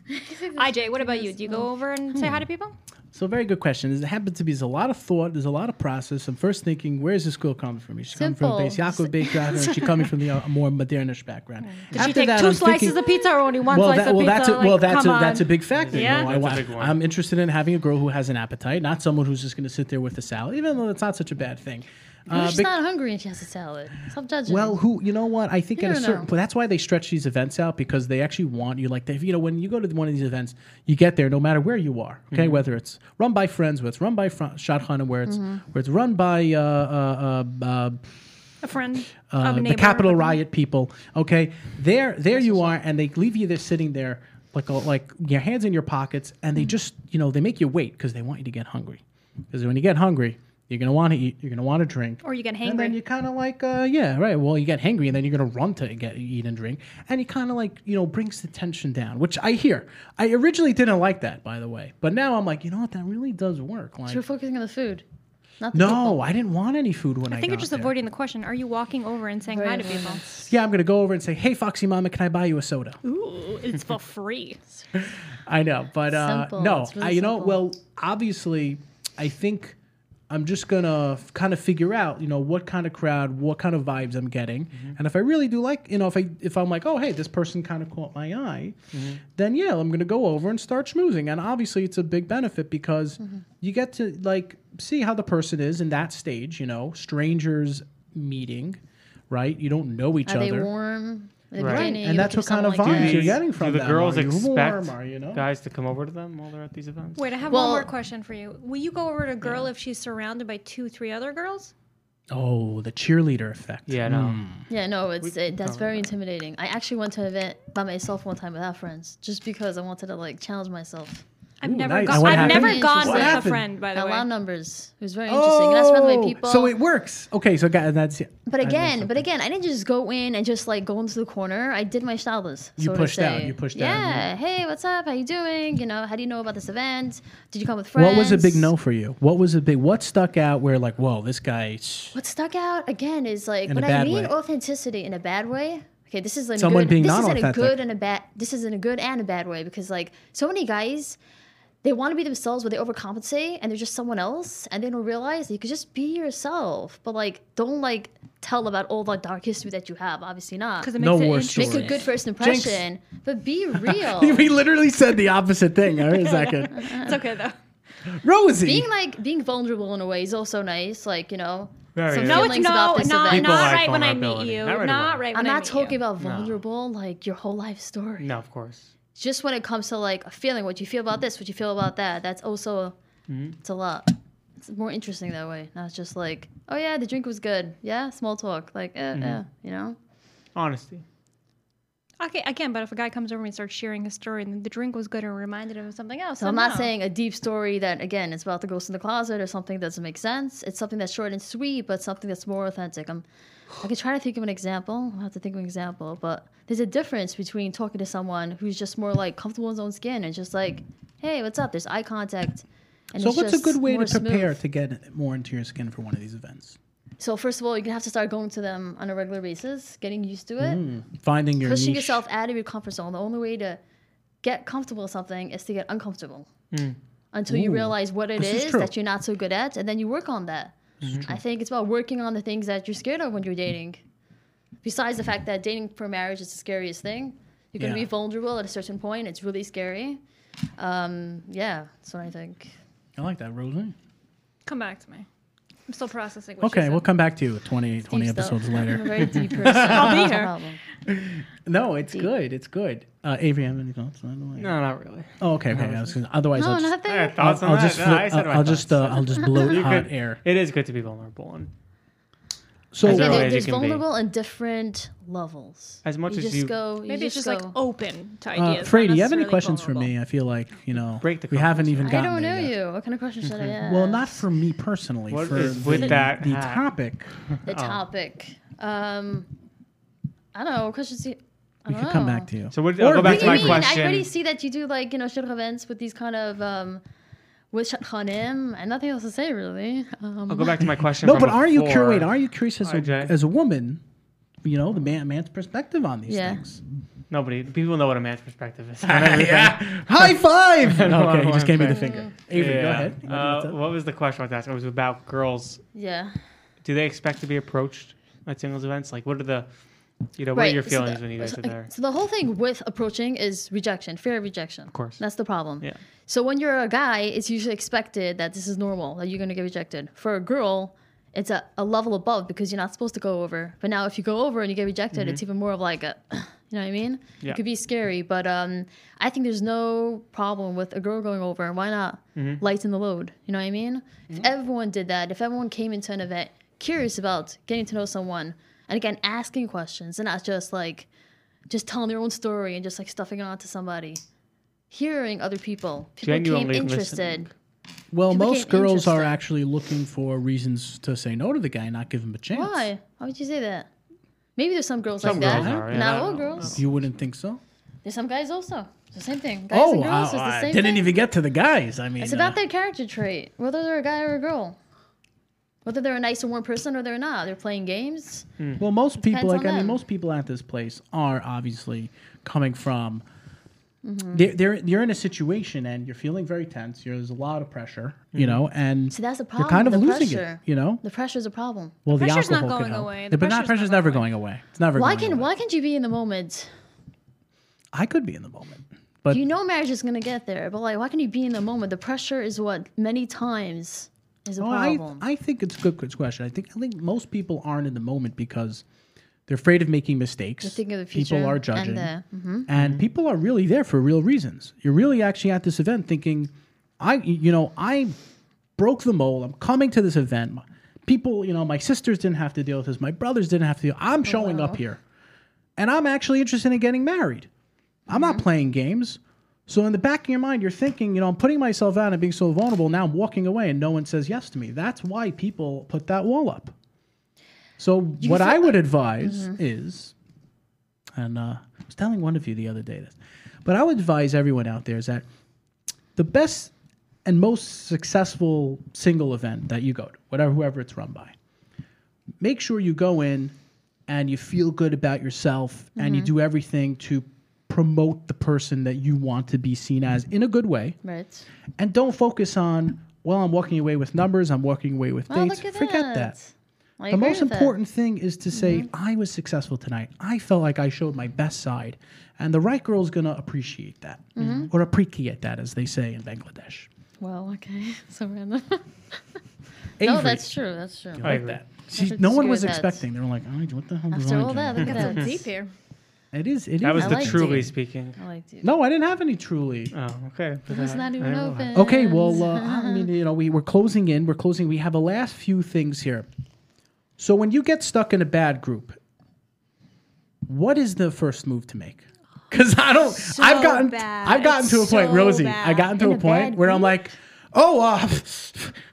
F: IJ, what about you? Do you go over and say hi to people?
A: So, very good question. There's- It happens to be there's a lot of thought, there's a lot of process. I'm first thinking, where is this girl coming from? Is she coming from a
G: Simple.
A: base Yaakov
F: *laughs*
A: background, or is she coming from the uh, more modernish background?
F: Did she take 2 slices of pizza or only one
A: well,
F: slice
A: that-
F: of
A: well,
F: pizza?
A: that's a,
F: Like,
A: well, that's a,
F: come
A: that's a
F: on.
A: big factor. you
F: Yeah.
A: know. I
E: That's a
A: wa-
E: big one.
A: I'm interested in having a girl who has an appetite, not someone who's just going to sit there with a salad, even though that's not such a bad thing.
G: What
A: Uh,
G: if she's
A: bec-
G: not hungry and she has a salad? Stop judging.
A: Well, who you know what I think
G: You
A: at a
G: don't
A: certain
G: know.
A: point that's why they stretch these events out because they actually want you like they you know when you go to one of these events you get there no matter where you are okay
F: Mm-hmm.
A: whether it's run by friends whether it's run by fr- Shadchan where it's
F: Mm-hmm.
A: where it's run by uh, uh, uh, uh,
F: a friend
A: uh,
F: of a
A: the
F: neighbor.
A: Capitol riot people. Okay, there, there you are, and they leave you there sitting there like a, like your hands in your pockets, and
F: Mm.
A: they just you know they make you wait because they want you to get hungry. Because when you get hungry, you're gonna want to eat, you're gonna want to drink,
F: Or you get
A: and then
F: hangry.
A: you kind of like uh, yeah right. Well, you get hangry, and then you're gonna run to get eat and drink, and it kind of like you know brings the tension down, which I hear. I originally didn't like that, by the way, but now I'm like you know what that really does work. Like.
G: She was focusing on the food, not the
A: No, I didn't want any food when I,
F: I think you're
A: got
F: just
A: there.
F: avoiding the question. Are you walking over and saying hi to people?
A: Yeah, I'm gonna go over and say, "Hey, Foxy Mama, can I buy you a soda?"
F: Ooh, it's for
A: *laughs*
F: free.
A: I know, but uh,
G: Simple.
A: no,
G: It's really
A: I, you know,
G: simple.
A: well, obviously, I think I'm just gonna f- kind of figure out, you know, what kind of crowd, what kind of vibes I'm getting,
E: Mm-hmm.
A: and if I really do like, you know, if I if I'm like, oh, hey, this person kind of caught my eye,
E: Mm-hmm.
A: then yeah, I'm gonna go over and start schmoozing, and obviously, it's a big benefit because
G: Mm-hmm.
A: you get to like see how the person is in that stage, you know, strangers meeting, right? You don't know each
G: people. Are they
A: other.
G: warm? Are they
E: Right.
G: beginning?
A: And
G: You
A: that's what
G: look for
A: kind of
G: someone
A: vibes
G: that.
A: you're
E: Do-
A: getting from
E: do the
A: them.
E: girls
A: Are you
E: expect
A: warm? Are you know?
E: guys to come over to them while they're at these events?
F: Wait, I have
G: Well-
F: one more question for you. Will you go over to a girl if she's surrounded by two, three other girls?
A: Oh, the cheerleader effect.
E: Yeah, no.
G: Yeah, no, it's it,
A: Oh,
G: that's very intimidating. I actually went to an event by myself one time without friends, just because I wanted to like challenge myself.
F: I've
A: Ooh,
F: never
A: nice.
F: gone.
A: And what
F: I've
A: happened?
F: never gone
G: What
F: with
A: happened?
F: a friend, by the
G: At
F: way.
G: loud numbers, it was very interesting. and that's surrounded by people.
A: Oh! So it works. Okay, so guys, that's it.
G: But
A: I learned
G: again, but
A: something.
G: again, I didn't just go in and just like go into the corner. I did my shtalas.
A: You
G: so to
A: pushed out,
G: say.
A: you pushed out,
G: yeah. Hey, what's up? How you doing? You know, how do you know about this event? Did you come with friends?
A: What was a big no for you? What was a big? What stuck out? Where like, whoa, this guy. sh- *laughs*
G: What stuck out again is like
A: In a
G: when I
A: bad
G: mean
A: way.
G: authenticity in a bad way. Okay, this is like
A: Someone
G: good,
A: being
G: this isn't a
A: non-authentic.
G: good and a bad. This is in a good and a bad way because like so many guys, they want to be themselves, but they overcompensate and they're just someone else, and they don't realize that you could just be yourself. But like, don't like tell about all the dark history that you have. Obviously not.
F: Because it makes
A: No
F: it
A: war
F: interesting.
G: Make a good *laughs* first impression, but
A: *laughs*
G: be real.
A: we literally said the opposite thing. All right, a
G: *laughs*
A: second.
F: It's okay though.
A: Rosie.
G: being like being vulnerable in a way is also nice. Like you know,
E: Very nice.
G: some
F: No, it's
G: feelings
F: no,
G: about
F: not,
G: this event.
E: People
F: not
E: like
F: right when I meet
E: vulnerability.
F: you.
E: Not right
F: Not
E: away.
F: right
G: I'm
F: when I
G: not
F: meet
G: talking
F: you.
G: about vulnerable, like your whole life story.
E: No, of course.
G: Just when it comes to like a feeling, what you feel about this, what you feel about that. That's also
A: Mm-hmm.
G: it's a lot. It's more interesting that way. Not just like, oh yeah, the drink was good. Yeah, small talk. Like, eh,
A: Mm-hmm.
G: eh, you know.
E: Honesty.
F: Okay, again, but if a guy comes over and starts sharing his story and the drink was good and reminded him of something else,
G: So I'm
F: then
G: not
F: no.
G: saying a deep story that again is about the ghost in the closet or something that doesn't make sense. It's something that's short and sweet, but something that's more authentic. I'm I could try to think of an example. I'll have to think of an example, but there's a difference between talking to someone who's just more like comfortable in his own skin and just like, hey, what's up? There's eye contact. And
A: so,
G: it's
A: what's a
G: just
A: good way to
G: more
A: prepare
G: smooth.
A: to get more into your skin for one of these events?
G: So first of all, you're gonna have to start going to them on a regular basis, getting used to it,
A: Finding Mm. your
G: pushing
A: niche.
G: yourself out of your comfort zone. The only way to get comfortable with something is to get uncomfortable until you
A: Mm. Ooh,
G: realize what it
A: this is
G: is
A: true.
G: that you're not so good at, and then you work on that. I think it's about working on the things that you're scared of when you're dating. Besides the fact that dating for marriage is the scariest thing, you're gonna
A: Yeah.
G: be vulnerable at a certain point. It's really scary. Um, yeah, that's what I think.
A: I like that, Rosie.
F: Come back to me. I'm still processing. What
A: Okay,
F: she
A: we'll
F: said.
A: come back to you 20, 20
G: Deep stuff.
A: episodes
G: *laughs* I'm a
A: later.
G: very
A: *laughs*
G: deep person. I'll
F: be here.
A: No, it's good. It's good. Uh, Avery, have any thoughts? on that?
E: No, not really.
A: Oh, okay, okay. I was gonna, otherwise,
G: No,
A: I'll just,
G: not
E: I
G: there.
E: had
A: I'll,
E: thoughts on
A: I'll
E: that.
A: just,
E: No,
A: flip-
E: I said
A: I'll,
E: my
A: I'll just,
E: thoughts.
A: uh, I'll just
E: *laughs*
A: blow
E: You
A: hot
E: could-
A: air.
E: It is good to be vulnerable, and
A: So, uh,
E: As
G: Yeah,
E: Other
G: there-
E: ways you
G: there's
E: can be.
G: vulnerable and different levels.
E: As much
G: you
E: as
G: just
E: you-
G: go, you
F: Maybe it's just
G: go,
F: like open to
A: uh,
F: ideas.
A: Frey,
F: not
A: do you have any
F: necessarily
A: questions for
F: vulnerable.
A: me? I feel like you know
E: Break the
A: we haven't
E: comfort
A: even
G: I
A: gotten.
G: don't know
A: there yet.
G: you. What kind of question should I ask?
A: Well, not for me personally.
E: What
A: for
E: is
A: the,
E: with that
A: the
E: hat?
A: topic,
E: oh.
G: the topic. Um, I don't know. what Questions. you- I
A: we
G: don't
A: could
G: know.
A: come back to you.
E: so what,
A: Or
E: I'll go
A: we
E: back
G: What
E: to
G: do you
E: my
G: mean? I already
E: question.
G: see that you do like you know shidduch events with these kind of um, with shadchanim and nothing else to say really. Um,
E: I'll go back to my question.
A: no,
E: from
A: but are you
E: before.
A: curious? Are you curious as a,
E: RJ?
A: as a woman? You know the man man's perspective on these
E: *laughs*
G: Yeah.
A: things.
E: Nobody. People know what a man's perspective
A: *laughs*
E: is.
A: yeah. High
E: *laughs*
A: five.
E: No, I
A: okay, he
E: don't
A: just gave me the
E: want
A: finger. Avery, go
E: Yeah.
A: ahead. What
E: Uh,
A: about that?
E: what was the question I was asking? It was about girls.
G: yeah.
E: Do they expect to be approached at singles events? Like, what are the, you know, what are your
G: so
E: feelings
G: the-
E: when you guys
G: so,
E: are there?
G: So the whole thing with approaching is rejection, fear of rejection. Of
E: course.
G: That's the problem.
E: Yeah.
G: So when you're a guy, it's usually expected that this is normal, that you're going to get rejected. For a girl, it's a, a level above because you're not supposed to go over. But now if you go over and you get rejected, it's even more of like a, *clears throat* you know what I mean?
E: Mm-hmm. Yeah.
G: It could be scary, but um, I think there's no problem with a girl going over. Why not
E: Mm-hmm.
G: lighten the load? You know what I mean? If everyone did that, if everyone came into an event curious about getting to know someone, and again, asking questions and not just like, just telling their own story and just like stuffing it onto somebody. Hearing other people, people became
E: Genuinely
G: interested.
A: well,
G: people
A: most
G: became
A: girls are
G: interested.
A: actually looking for reasons to say no to the guy, and not give him a chance.
G: Why? Why would you say that? Maybe there's some girls
E: Some
G: like
E: girls
G: that.
E: are, yeah.
G: Not
E: I
G: all
E: don't
G: girls.
A: You wouldn't think so.
G: There's some guys also. It's the same thing. Guys
A: oh,
G: and girls it's
A: I,
G: the
A: I
G: same
A: didn't
G: thing.
A: even get to the guys. I mean,
G: It's
A: uh,
G: about their character trait, whether they're a guy or a girl. Whether they're a nice and warm person or they're not. They're playing games.
A: Well, most people,
G: Depends
A: like
G: on
A: I mean,
G: them.
A: most people at this place are obviously coming from.
G: Mm-hmm.
A: They're, they're you're in a situation and you're feeling very tense. You're, there's a lot of pressure, you know, and
G: See, that's the
A: you're
G: problem.
A: kind of
G: the
A: losing
G: pressure.
A: it, you know.
G: The pressure's a problem.
A: well, the
F: pressure's not
A: alcohol
F: going
A: can help.
F: away. The
A: Yeah, but not
F: pressure's
A: pressure's
F: not
A: never going
F: going
A: away. It's never.
G: Why
A: going
G: can
A: away.
G: why can't you be in the moment?
A: I could be in the moment, but
G: You know marriage is gonna get there, but like why can't you be in the moment? The pressure is what many times is a
A: Oh, I
G: problem.
A: I think it's a good, good question. I think I think most people aren't in the moment because they're afraid of making mistakes.
G: thinking of the mm-hmm. future
A: People are
G: and
A: judging,
G: the-
A: and people are really there for real reasons. You're really actually at this event thinking, I you know I broke the mold. I'm coming to this event. My- People, you know, my sisters didn't have to deal with this. My brothers didn't have to. Deal.
G: Oh,
A: I'm showing up here, and I'm actually interested in getting married. I'm not playing games. So in the back of your mind, you're thinking, you know, I'm putting myself out and being so vulnerable. Now I'm walking away, and no one says yes to me. That's why people put that wall up. So what I would advise is, and uh, I was telling one of you the other day this, but I would advise everyone out there is that the best and most successful single event that you go to, whatever whoever it's run by, make sure you go in and you feel good about yourself and you
G: Mm-hmm.
A: do everything to promote the person that you want to be seen as in a good way
G: Right.
A: and don't focus on well i'm walking away with numbers i'm walking away with
G: Oh,
A: dates
G: look at
A: forget that,
G: that. I
A: the
G: agree
A: most
G: with that. Mm-hmm.
A: important thing is to say, I was successful tonight. I felt like I showed my best side. And the right girl's going to appreciate that
G: Mm-hmm.
A: or appreciate that, as they say in Bangladesh.
G: Well, okay, *laughs*
A: *laughs*
G: so random.
A: Avery,
G: no, that's true. That's true.
A: I like
E: Avery.
A: that. She,
G: should
A: no one
G: screw
A: was
G: with that.
A: expecting. They were like, all right, what the hell
G: After
A: do I
G: all
A: do?"
G: that, look at
F: That's
A: Mm-hmm.
G: that.
F: deep here.
A: It is. It is.
E: That was
G: I
E: the
G: like
E: truly
G: Dave.
E: speaking.
G: I like you.
A: no, I didn't have any truly.
E: Oh, okay.
G: it was not even open.
A: Okay, well, uh, I mean, you know, we, we're closing in. We're closing. We have a last few things here. So when you get stuck in a bad group, what is the first move to make? Because I don't. I've gotten.
F: bad.
A: I've gotten to a point,
F: So
A: Rosie. I
F: bad.
A: gotten to
G: In
A: a
G: a
A: point
G: bad
A: where I'm
G: group?
A: like, oh, uh, *laughs*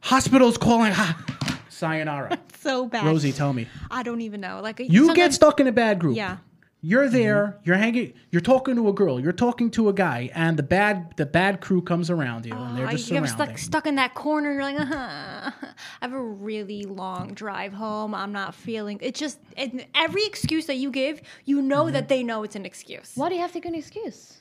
A: hospital's calling. *laughs* Ha, sayonara.
F: So bad.
A: Rosie, tell me.
F: I don't even know. Like
A: You get
F: sometimes-
A: stuck in a bad group.
F: Yeah.
E: Mm-hmm.
A: You're there. You're hanging. You're talking to a girl. You're talking to a guy, and the bad the bad crew comes around you, and they're
F: Oh,
A: just
F: you ever
A: surrounding.
F: stuck stuck in that corner? You're like, uh huh. I have a really long drive home. I'm not feeling. It's just it, every excuse that you give, you know
A: Mm-hmm.
F: that they know it's an excuse.
G: Why do you have to give an excuse?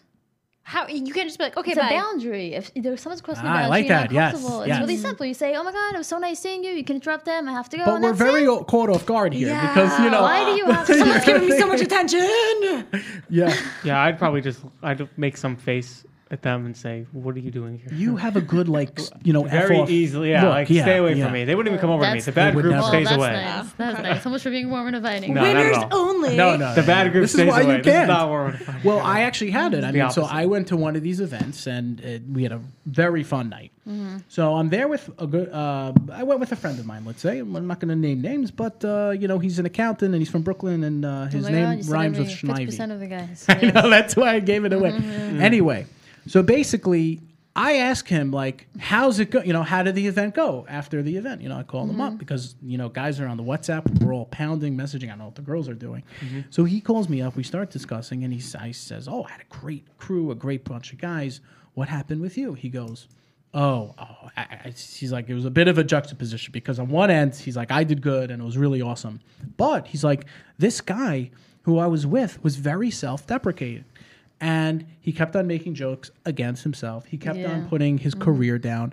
F: How you can't just be like, okay,
G: It's a
F: bye.
G: boundary. If there's someone's crossing the
A: Ah, I
G: boundary,
A: like
G: you're not
A: that. Yes,
G: comfortable. It's
A: yes.
G: really simple. You say, "Oh my god, it was so nice seeing you. You can interrupt them. I have to go."
A: But
G: and
A: we're
G: that's it.
A: very o- caught off guard here
F: Yeah.
A: because you know.
G: Why do
A: *laughs*
G: you have to?
F: Someone's giving me so much attention.
A: Yeah,
E: Yeah, I'd probably just I'd make some face at them and say, "What are you doing here?"
A: you have a good like s- you know
E: Very
A: F off
E: easily, yeah.
A: look,
E: like
A: yeah,
E: stay away
A: yeah.
E: from me. They wouldn't even come over to me.
G: That's-
E: The bad
A: They would
E: group
A: never.
G: Well,
E: stays
G: that's
E: away.
G: Nice. That's nice. So much for being warm and inviting.
E: No, not at
F: Winners
E: all.
F: only.
A: No, no,
E: The bad group
A: This is
E: stays
A: why you
E: away. This
A: can't.
E: is not where we're finding
A: Well,
E: it.
A: I actually had it. I
E: the
A: mean, so
E: opposite.
A: I went to one of these events and it, we had a very fun night. So I'm there with a good. Uh, I went with a friend of mine. Let's say I'm not going to name names, but uh, you know he's an accountant and he's from Brooklyn and uh,
G: Oh
A: his name rhymes with
G: Fifty percent
A: Schneivy.
G: of the
A: *laughs*
G: guys.
A: I know that's why I gave it away. Anyway, so basically. I ask him like, "How's it go? You know, how did the event go after the event? You know, I call him up because you know guys are on the WhatsApp. We're all pounding, messaging. I don't know what the girls are doing. So he calls me up. We start discussing, and he s- I says, "Oh, I had a great crew, a great bunch of guys. What happened with you?" He goes, "Oh, oh." I, I, he's like, it was a bit of a juxtaposition because on one end, he's like, "I did good, and it was really awesome," but he's like, "This guy who I was with was very self-deprecating." and he kept on making jokes against himself. He kept on
G: Yeah.
A: putting his career down.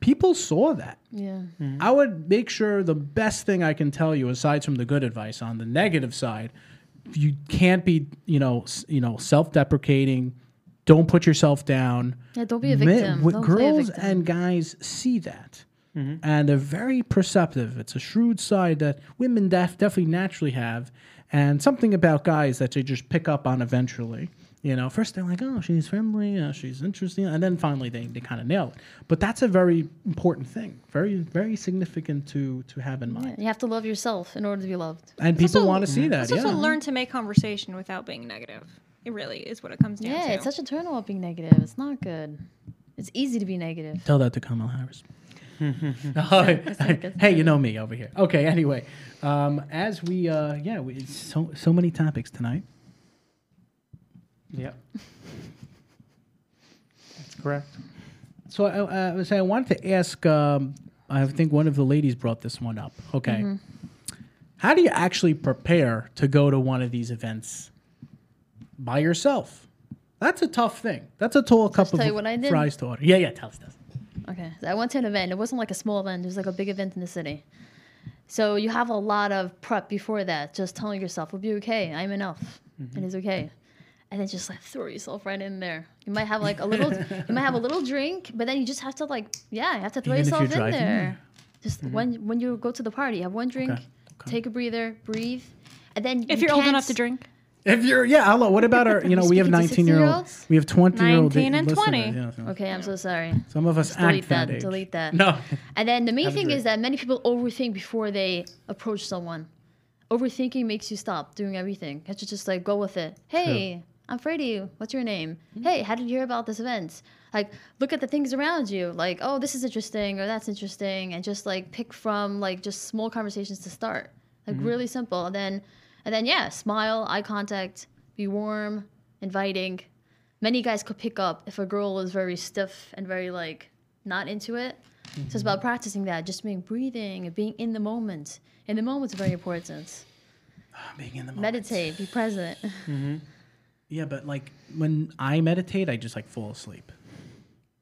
A: People saw that.
G: yeah.
A: I would make sure the best thing I can tell you, aside from the good advice, on the negative side, you can't be, you know, s- you know, self-deprecating. Don't put yourself down.
G: Yeah, don't be a
A: Men-
G: victim.
A: wi-
G: Don't play a
A: girls
G: victim.
A: and guys see that, and they're very perceptive. It's a shrewd side that women def- definitely naturally have, and something about guys that they just pick up on eventually. You know, first they're like, "Oh, she's friendly, uh, she's interesting," and then finally they, they kind of nail it. But that's a very important thing, very very significant to to have in mind.
G: you have to love yourself in order to be loved.
A: And people
F: also-
A: want to see that.
F: It's also
A: Yeah,
F: learn to make conversation without being negative. It really is what it comes down
G: Yeah,
F: to.
G: it's such a turn off being negative. It's not good. It's easy to be negative.
A: tell that to Kamala
G: *laughs*
A: Harris.
G: not good.
A: hey, you know me over here. Okay, anyway, um, as we uh, yeah, we, it's so so many topics tonight.
G: *laughs*
E: yeah, that's correct.
A: So I, I was I wanted to ask. Um, I think one of the ladies brought this one up. Okay,
G: Mm-hmm.
A: how do you actually prepare to go to one of these events by yourself? That's a tough thing. That's a tall cup
G: just tell
A: of
G: you what I did?
A: fries to order. Yeah, yeah, tell us. Tell us.
G: Okay. So I went to an event. It wasn't like a small event. It was like a big event in the city. So you have a lot of prep before that, just telling yourself, "We'll be okay. I'm enough,
A: Mm-hmm.
G: and it's okay." And then just like throw yourself right in there. You might have like a
A: *laughs*
G: little, you might have a little drink, but then you just have to like, yeah, you have to throw
A: Even if
G: yourself
A: you're
G: in
A: driving? Mm-hmm.
G: there. Just when when you go to the party, have one drink, take a breather, breathe, and then
F: if
G: you
F: you're old
G: can't-
F: enough to drink,
A: Oh, If you're yeah, hello. What about our? You
G: *laughs*
A: know, we have
G: speaking
A: 19
G: to
A: year olds.
G: 16-year-olds?
A: We have 20 year olds.
F: 19 and 20.
G: Okay, I'm so sorry.
A: Some of us act
G: delete that.
A: age.
G: Delete that.
A: No. *laughs*
G: And then the main thing is that many people overthink before they approach someone. Overthinking makes you stop doing everything. You have to just like go with it. Hey, I'm Freddy. What's your name? Hey, how did you hear about this event? Like, look at the things around you. Like, oh, this is interesting or that's interesting, and just like pick from like just small conversations to start. Like really simple. And then, and then yeah, smile, eye contact, be warm, inviting. Many guys could pick up if a girl is very stiff and very like not into it. So it's
A: Mm-hmm.
G: about practicing that, just being breathing and being in the moment. In the moment's very important.
A: Being in the moment.
G: Meditate, be
A: *laughs*
G: present.
A: Yeah, but like when I
G: *laughs*
A: meditate, I just like fall asleep.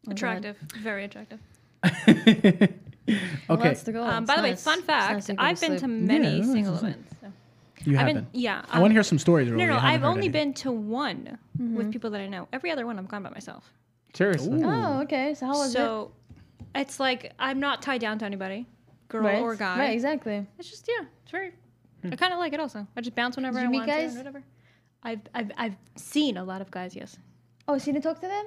F: attractive, very attractive.
G: Well,
A: Okay,
G: that's the goal.
F: Um,
G: It's
F: by the way,
G: nice.
F: fun
G: It's nice
F: fact:
G: to go to
F: I've been to
G: sleep.
F: many
A: Yeah, no,
F: single
A: it's nice.
F: events. so.
A: you
F: I've
A: haven't.
F: been, yeah.
A: I want
F: um,
A: to hear Mm-hmm. some stories.
F: No,
A: really.
F: no,
A: I haven't
F: I've
A: heard
F: only
A: any.
F: been to one with people that I know. Every other one, I'm gone by myself.
E: Seriously.
A: Ooh.
G: Oh, okay. So how was it?
F: so it's like I'm not tied down to anybody, girl
G: right?
F: or guy.
G: Right, exactly.
F: It's just yeah, it's very. I kind of like it also. I just bounce whenever
G: Did you
F: I
G: meet
F: want to
G: guys?
F: and whatever. I've, I've I've seen a lot of guys. Yes.
G: Oh, so you didn't talk to them?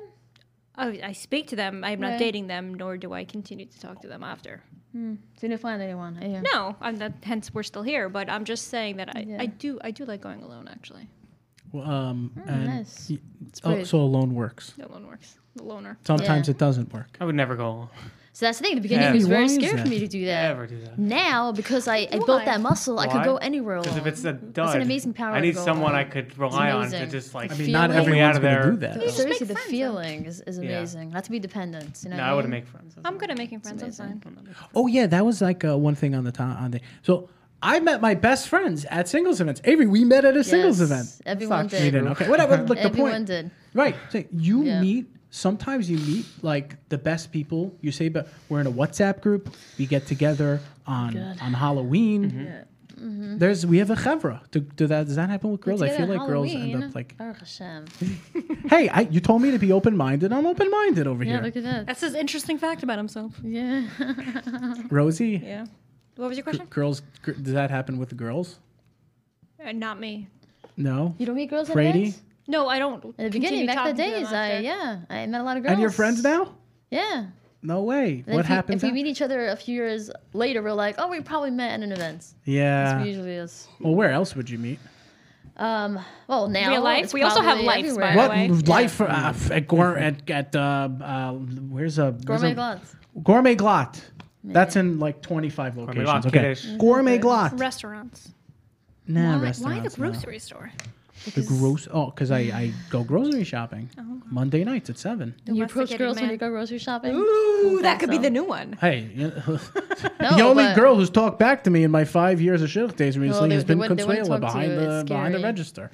F: Oh, I speak to them. I'm not
G: Right.
F: dating them, nor do I continue to talk to them after.
G: So you didn't find anyone? Yeah.
F: No, I'm not, hence we're still here. But I'm just saying that I,
G: Yeah.
F: I do I do like going alone actually.
A: Well, Um, and
G: Mm, nice.
A: y- oh,
G: weird.
A: so alone works.
F: No one works. The loner.
A: Sometimes
G: Yeah.
A: it doesn't work.
E: I would never go
G: So that's the thing. At the beginning,
E: Yeah.
G: it was
A: Why
G: very
A: is
G: scary for
A: that?
G: me to do that.
E: ever do that.
G: Now, because I, I
F: Why?
G: built that muscle, I could
E: Why?
G: go anywhere alone.
E: Because if it's a dud,
G: amazing power
E: I
G: to
E: need
G: go
E: someone
G: alone.
E: I could rely on to
G: amazing.
E: just like.
G: I
A: I mean,
G: mean, Feel
A: not
G: not like-
A: everyone's going
E: everyone's gonna
A: to do
E: do
A: that.
E: that,
A: though.
G: Seriously, the
F: make friends,
G: feeling is, is
E: Yeah.
G: amazing. Not to be dependent. You know
E: no,
G: what
E: I wouldn't
G: mean?
E: make friends.
F: I'm good at making friends. I'm
G: amazing.
F: fine.
A: Oh yeah, that was like uh, one thing on the top on the. So I met my best friends at singles events. Avery, we met at a singles
G: Yes,
A: event.
G: everyone
A: Fuck,
G: did.
A: we didn't. Okay, whatever. Look, the
G: Everyone
A: point.
G: did.
A: Right. So you
G: Yeah.
A: meet. Sometimes you meet like the best people. You say, but we're in a WhatsApp group. We get together on on Halloween. There's we have a chevra. Do, do that? Does that happen with girls? I feel like girls end up like,
G: Baruch Hashem.
A: hey, I, you told me to be open minded. I'm open minded over
G: Yeah,
A: here.
G: look at that.
F: That's his interesting fact about himself.
G: Yeah.
A: Rosie,
F: Yeah. What was
A: g-
F: your
G: *coughs*
F: question?
A: girls, gr- does that happen with the girls?
F: Uh, not me.
A: No.
G: You don't meet girls at
A: Brady?
G: events?
F: No, I don't.
G: At the beginning, back the days, I yeah, I met a lot of girls.
A: And you're friends now?
G: Yeah.
A: No way.
G: And
A: what
G: if we,
A: happens?
G: If we
A: af-
G: meet each other a few years later, we're like, oh, we probably met at an event. That's what
A: yeah.
G: usually is.
A: Well, where else would you meet?
G: Um, well, now
F: Real life?
G: it's
F: We also have
G: probably
F: lives, by
G: everywhere.
F: the
A: What
F: way.
A: life uh, f- at gour- at, at uh, uh, where's a where's
G: Gourmet
A: a-
G: Glots.
A: Gourmet Glot. That's in like 25 locations.
E: Glot,
A: okay.
E: Kiddush.
A: Gourmet Glot.
F: Restaurants.
A: nah,
F: why, why the
A: restaurants, no.
F: grocery store?
A: The gross. Oh, because I,
G: *laughs*
A: I go grocery shopping
G: Oh,
A: Monday nights at seven.
F: The
G: You approach
F: rusticated
G: girls when
F: man.
G: you go grocery shopping.
F: Ooh, that
G: think
F: could be
G: so.
F: the new one.
A: Hey, *laughs* you-
G: No,
A: the only
G: Oh, but-
A: girl who's talked back to me in my five years of shift days
G: No,
A: recently
G: they-
A: has
G: they
A: been
G: wouldn't- they wouldn't
A: Consuela
G: talk to
A: behind
G: you.
A: the
G: It's
A: behind the
G: scary.
A: register.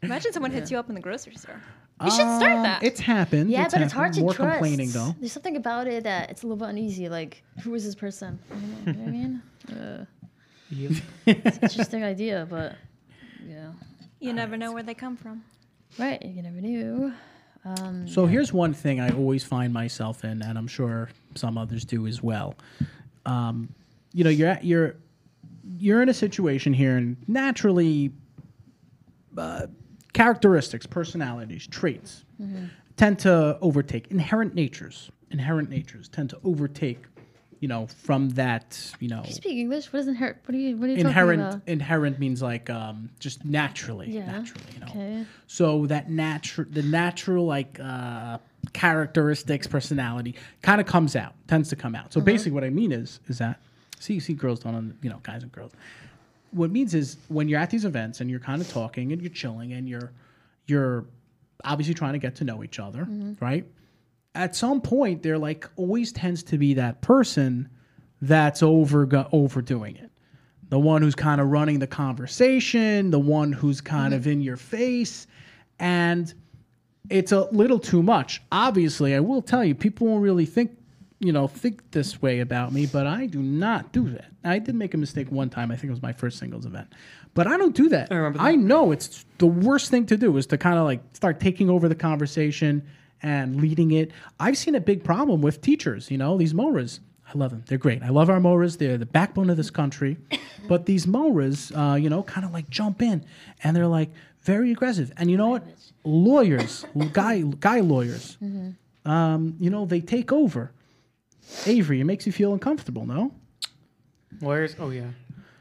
F: Imagine someone hits you up in the grocery store. You should start
A: Um,
F: that.
A: It's happened.
G: Yeah, but it's
A: happened.
G: hard to
A: More
G: trust.
A: complaining though.
G: There's something about it that it's a little bit uneasy. Like, who is this person? You know what I mean? Uh,
A: *laughs*
G: it's an interesting idea, but yeah,
F: you never know where they come from.
G: right. You never knew. Um,
A: So here's one thing I always find myself in, and I'm sure some others do as well. Um, you know, you're at, you're you're in a situation here, and naturally, uh, characteristics, personalities, traits
G: Mm-hmm.
A: tend to overtake inherent natures. Inherent natures tend to overtake, you know, from that, you know,
G: you speak English? What is inherent? What are you? What are you talking
A: inherent
G: about?
A: inherent means like um, just naturally,
G: Yeah.
A: naturally, you know.
G: Okay.
A: So that natural, the natural like uh, characteristics, personality, kind of comes out, tends to come out. So basically, what I mean is, is that see, see, girls don't, un- you know, guys and girls. What it means is when you're at these events and you're kind of talking and you're chilling and you're, you're obviously trying to get to know each other, right? At some point, there like always tends to be that person that's over overdoing it the one who's kind of running the conversation, the one who's kind of in your face, and it's a little too much. Obviously, I will tell you, people won't really think, you know, think this way about me, but I do not do that. I did make a mistake one time. I think it was my first singles event, but I don't do that. I,
E: remember that.
A: know it's the worst thing to do is to kind of like start taking over the conversation and leading it. I've seen a big problem with teachers. You know, these moras. I love them. They're great. I love our moras. They're the backbone of this country. But these moras, uh, you know, kind of like jump in and they're like very aggressive. And you know what? Lawyers, guy, guy lawyers, um, you know, they take over. Avery, it makes you feel uncomfortable, no?
E: Lawyers? Oh, yeah.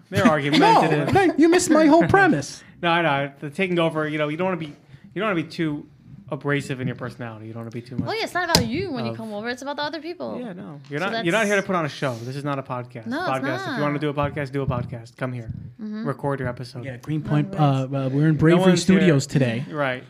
E: They're
A: No,
E: argumentative.
A: no, you missed my whole premise.
E: No, I know. The taking over, you know, you don't want to be, you don't want to be too abrasive in your personality. You don't want to be too much.
G: Oh yeah, it's not about you when you
E: Of-
G: come over. It's about the other people.
E: Yeah, no. You're
G: So
E: not. You're not
G: that's-
E: here to put on a show. This is not a podcast.
G: No, it's
E: podcast. If
G: not. Mm-hmm.
E: you want to do a podcast, do a podcast. Come here. Record your episode.
A: Yeah, Greenpoint. Uh, uh, we're in Bravery
E: one's here.
A: Studios today.
E: Right.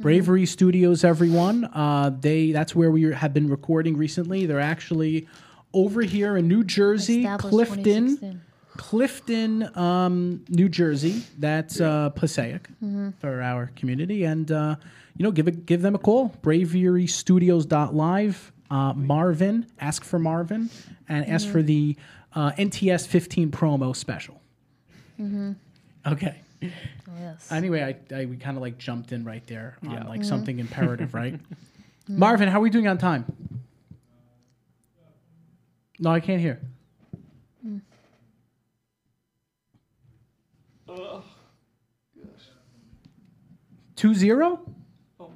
A: Bravery Studios, everyone. Uh, they that's where we have been recording recently. They're actually over here in New Jersey,
G: Established
A: Clifton,
G: 2016.
A: Clifton, um, New Jersey. That's uh, Passaic for our community, and uh, you know, give a, give them a call. BraveryStudios.live. uh, Marvin, ask for Marvin, and ask for the uh, NTS 15 promo special. Okay.
G: Oh, Yes.
A: Anyway, I, I we kind of like jumped in right there on like something imperative, right? Mm-hmm. Marvin, how are we doing on time? No, I can't hear. Mm. Mm. Two zero? Oh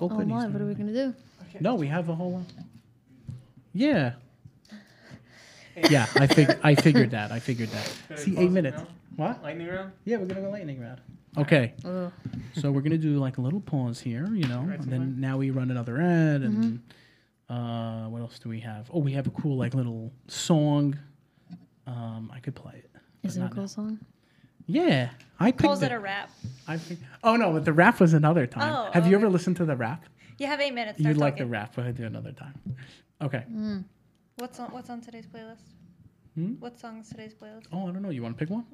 G: oh
A: man.
G: my, what are we gonna do?
A: No, we have a whole. Yeah. Yeah, I fig- I figured that. I figured that. See,
E: pause
A: eight
E: it
A: minutes.
E: now?
A: What?
E: Lightning round?
A: Yeah, we're gonna go lightning round. Okay.
G: Ugh.
A: So we're gonna do like a little pause here, you know, and then now we run another ad, and
F: Mm-hmm.
A: uh, what else do we have? Oh, we have a cool like little song. Um, I could play it.
G: Is it
A: not
G: a
A: now.
G: cool song?
A: Yeah, I picked
F: Calls it
A: it.
F: a wrap.
A: I pick- oh no, but the rap was another time.
F: Oh,
A: have you
F: okay.
A: ever listened to the rap?
F: You have eight minutes.
A: You
F: Start
A: would like the
F: talking. Mm.
A: rap, but I do another time. Okay.
F: What's on What's on today's playlist?
A: Hmm?
F: What song's today's playlist?
A: Oh, I don't know. You want to pick one?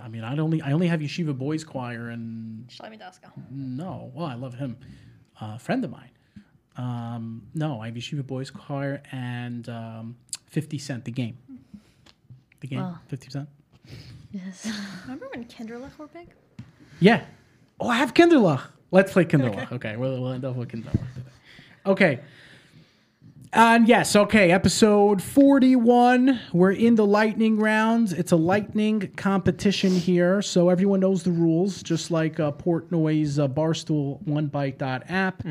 A: I mean, I only I only have Yeshiva Boys Choir and
F: Shlomi Dasko.
A: No. Well, I love him. A friend of mine. Um, no, I have Yeshiva Boys Choir and um, 50 Cent, the game. The game,
G: Wow.
A: 50 Cent?
G: Yes. *laughs*
F: Remember when Kinderlich were big?
A: Yeah. Oh, I have Kinderlach. Let's play Kinderlach. Okay, we'll, we'll end up with Kinderlach today. Okay. And yes, okay, episode 41. We're in the lightning rounds. It's a lightning competition here, so everyone knows the rules, just like uh, Portnoy's uh, Barstool OneBite.app.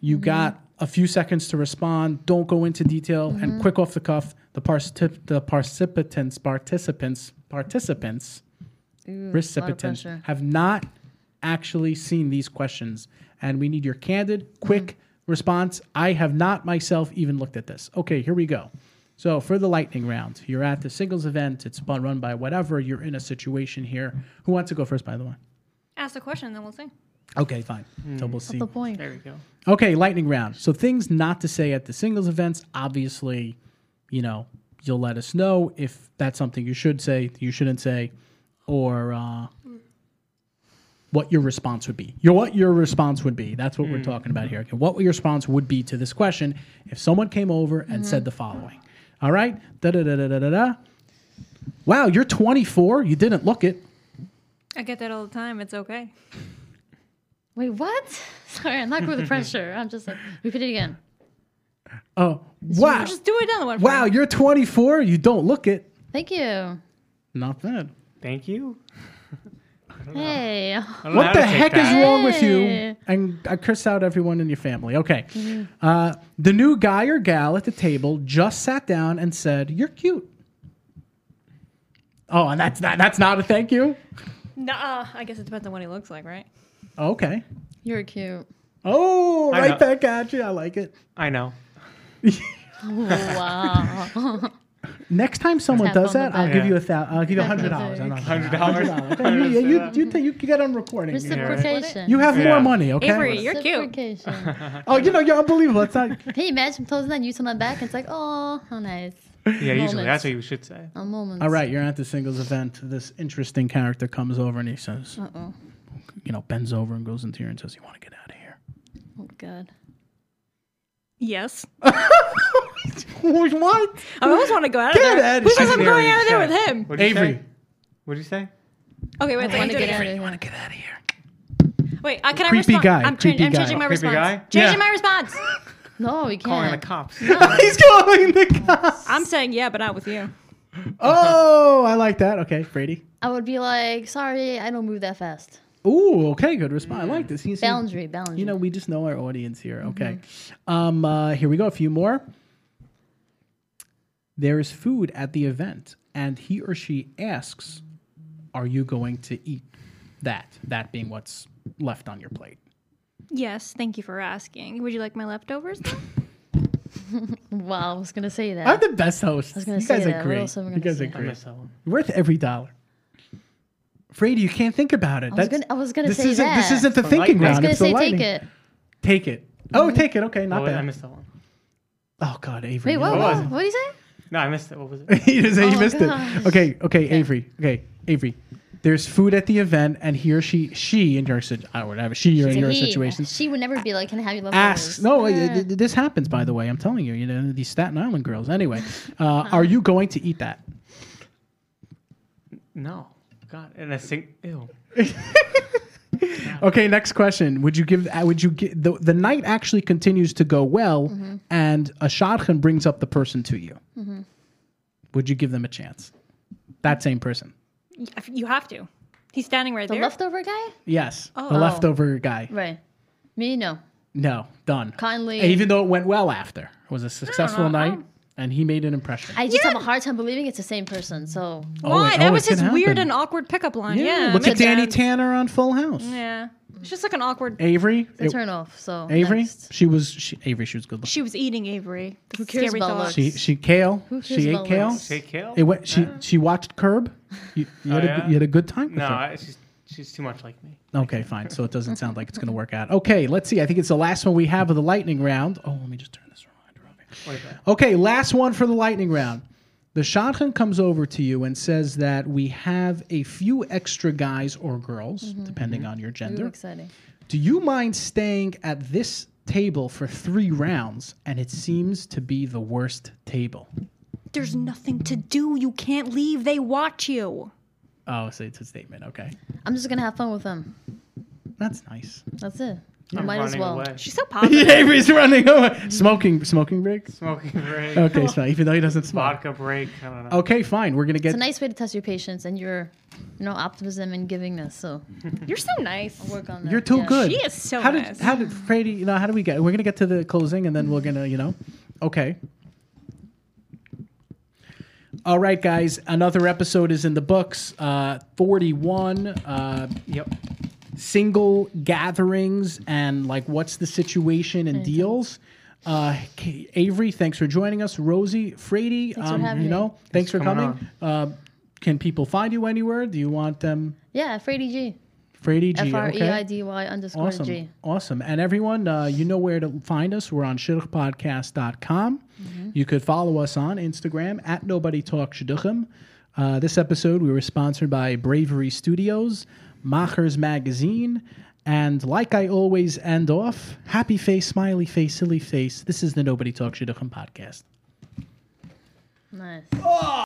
A: You got a few seconds to respond. Don't go into detail and quick off the cuff. The, particip- the participants, participants, participants,
G: Ooh,
A: recipients
G: pressure.
A: have not actually seen these questions. And we need your candid, quick response. I have not myself even looked at this. Okay, here we go. So for the lightning round, you're at the singles event. It's fun run by whatever. You're in a situation here. Who wants to go first, by the way?
F: Ask the question, then we'll see.
A: Okay, fine. So we'll see.
G: What's the point?
E: There we go.
A: Okay, lightning round. So things not to say at the singles events. Obviously, you know, you'll let us know if that's something you should say, you shouldn't say, or uh, what your response would be. Your what your response would be. That's what we're talking about here. Okay, what your response would be to this question if someone came over and said the following. All right, da da da da da da da. Wow, you're 24. You didn't look it.
F: I get that all the time. It's okay.
G: Wait, what? *laughs* Sorry, I'm not cool with the pressure. I'm just like, repeat it again.
A: Oh, wow,
F: Just do another one.
A: wow, you're 24. You don't look it.
G: Thank you.
A: Not bad.
E: Thank you.
G: Hey. *laughs*
E: I don't know how
A: What
E: to
A: the
E: take
A: heck is
E: that.
A: wrong with you?
G: Hey.
A: And I curse out everyone in your family. Okay. Uh, the new guy or gal at the table just sat down and said, You're cute. Oh, and that's not, that's not a thank you?
F: Nuh-uh. I guess it depends on what he looks like, right?
A: Okay.
G: You're cute.
A: Oh,
E: I
A: right
E: know.
A: back at you. I like it.
E: I
F: *laughs*
E: know.
G: Wow.
A: Next time someone
G: Tap
A: does
G: on the
A: that, I'll
G: back.
A: give
E: Yeah.
A: you a thousand. I'll give you a hundred dollars.
G: Exactly.
A: I'm not-
E: Hundred
A: *laughs*
E: dollars.
A: Yeah, You, you, you, you, you get on recording. here.
G: Reciprocation.
A: You have more
E: Yeah.
A: money, okay?
F: Avery, you're cute.
G: Reciprocation.
A: Oh, you know, you're unbelievable. It's not,
G: Can you imagine posing that you on my back? It's like, oh, how nice.
E: Yeah, usually
G: Moments.
E: that's what you should say.
G: A moment.
A: All right, you're at the singles event. This interesting character comes over and he says,
G: Uh-oh.
A: you know, bends over and goes into here and says, "You want to get out of here?"
G: Oh, God.
F: Yes.
A: what?
F: I always want to go out of
A: Get
F: there.
A: out of
F: Who says I'm
E: here.
F: going out of there with
E: Yeah.
F: him?
E: What'd you
A: Avery,
E: Say? What'd you say?
F: Okay, wait.
G: I
F: Let
G: want
F: me
G: to
F: do it
G: get out
F: again.
G: of here.
A: get out of here.
F: Wait. Uh, can I
A: Creepy
F: respond?
A: guy,
F: I'm, chang-
A: creepy
F: I'm
A: guy.
F: changing my
E: Creepy
F: response.
E: guy?
A: Yeah.
F: Changing my response.
G: No, we can't.
E: Calling Oh, the
A: *laughs*
E: cops.
A: He's calling the cops.
F: I'm saying yeah, but not with you.
A: *laughs* Oh, I like that. Okay, Brady.
G: I would be like, sorry, I don't move that fast.
A: Ooh, okay, good response. I like this. You, see-
G: Boundary, boundary.
A: you know, we just know our audience here. Okay, um, uh, here we go. A few more. There is food at the event, and he or she asks, "Are you going to eat that?" That being what's left on your plate.
F: Yes. Thank you for asking. Would you like my leftovers?
G: wow, I was going to say that.
A: I'm the best host.
G: was gonna
A: you guys
G: say
A: are
G: that. What
A: great.
G: else am I
A: You
G: gonna
A: guys
G: say?
A: are
E: I
A: great.
E: miss that one.
A: worth every dollar. Brady, you can't think about it.
G: I was
A: That's
G: gonna, I was gonna
A: this
G: say
A: isn't
G: that.
A: this isn't the
E: The
A: thinking
E: lightning. I
G: I was
A: round.
G: gonna
A: It's the
G: say
A: lightning.
G: take it. Mm-hmm.
A: Take it. Oh, take it. Okay, not
E: What was- I
A: bad.
E: missed that one.
A: Oh God, Avery.
G: Wait,
A: you
G: what?
A: know
G: What,
E: was it?
G: what do you say?
E: No, I missed it. What was
A: *laughs*
E: it?
A: he just, he
G: Oh,
A: missed
G: gosh.
A: it. Okay, okay, Avery. Okay, Avery. There's food at the event, and he or she, she in your situation, I would have she or in your
G: He-
A: situation,
G: She would never be like, "Can I have your leftovers?"
A: asks. No, uh,
G: Yeah.
A: th- th- this happens, by the way. I'm telling you, you know these Staten Island girls.
G: *laughs*
A: Anyway, uh, are you going to eat that?
E: No. God. And I think, ew.
A: Okay, next question. Would you give? uh, Would you give? The, the night actually continues to go well,
G: Mm-hmm.
A: and a shadchan brings up the person to you. Would you give them a chance? That same person.
F: *laughs* Y- You have to. He's standing right
G: the
F: there.
G: leftover guy,
A: Yes, the
F: Oh.
A: leftover guy.
G: right? Me, no.
A: No, done.
G: Kindly-
A: Even though it went well after, it was a successful
F: know, I
A: night, and he made an impression. Oh,
G: I just have a hard time believing it's the same person. So
F: Why?
A: it-
F: that
A: it
F: was his
A: could
F: weird
A: happen.
F: and awkward pickup line. Yeah.
A: Look
F: makes
A: at Danny
F: sense.
A: Tanner on Full House.
F: Yeah. It's just like
A: *laughs*
F: an awkward.
A: Avery.
G: it's
A: it-
G: a turn off. So
A: Avery.
G: next.
A: She was she, Avery. She was good looking.
F: She was eating Avery. Who
G: cares about looks?
A: She she kale.
G: Who cares
A: She ate
G: about
A: kale.
G: looks?
E: Take kill?
A: It went, she she watched Curb.
E: *laughs*
A: You, you,
E: Oh,
A: had a,
E: yeah?
A: you had a good time. With
E: no,
A: her.
E: I, she's, she's too much like me.
A: Okay, fine. So it doesn't sound like it's going to work out. Okay, let's see. I think it's the last one we have of the lightning round. Oh, let me just turn this reminder off. here.
E: What is that?
A: Okay, last one for the lightning round. The shadchan comes over to you and says that we have a few extra guys or girls, depending on your
G: Ooh,
A: gender.
G: exciting.
A: Do you mind staying at this table for three rounds? And it seems to be the worst table.
F: There's nothing to do. You can't leave. They watch you.
A: Oh, so it's a statement. Okay,
G: I'm just gonna have fun with them.
A: that's *laughs* nice.
G: That's it. I
E: I'm
G: might as
E: running
G: well.
E: away.
A: *laughs*
F: She's so popular.
A: Avery's running away. Smoking, smoking *laughs* break.
E: Smoking break.
A: Okay, so even though he doesn't smoke.
E: Vodka break. I don't know.
A: Okay, fine. We're gonna
G: It's
A: get.
G: a nice way to test your patience and your, you know, optimism and givingness. So
F: You're so nice.
G: work on that.
A: You're too
G: Yeah.
A: good.
F: She is so
A: how did
F: nice.
A: how did Brady? You know, how do we get? We're gonna get to the closing, and then we're gonna, you know, okay. All right, guys. Another episode is in the books. Uh, Forty-one. Uh,
E: Yep.
A: single gatherings and like what's the situation and deals. Uh, K- Avery, thanks for joining us. Rosie, Frady,
G: for
A: um,
G: having
A: you
G: me.
A: know, thanks, for
E: coming
A: coming. Uh, can people find you anywhere? Do you want them?
G: Yeah, Frady G.
A: Frady G.
G: F R E I
A: okay.
G: D Y underscore
A: Awesome.
G: G.
A: Awesome. And everyone, uh, you know where to find us. We're on shidduchpodcast.com. You could follow us on Instagram at Nobody Talk Shidduchim. Uh, this episode, we were sponsored by Bravery Studios, Machers Magazine, and like I always end off, happy face, smiley face, silly face. This is the Nobody Talk Shidduchim podcast.
G: Nice.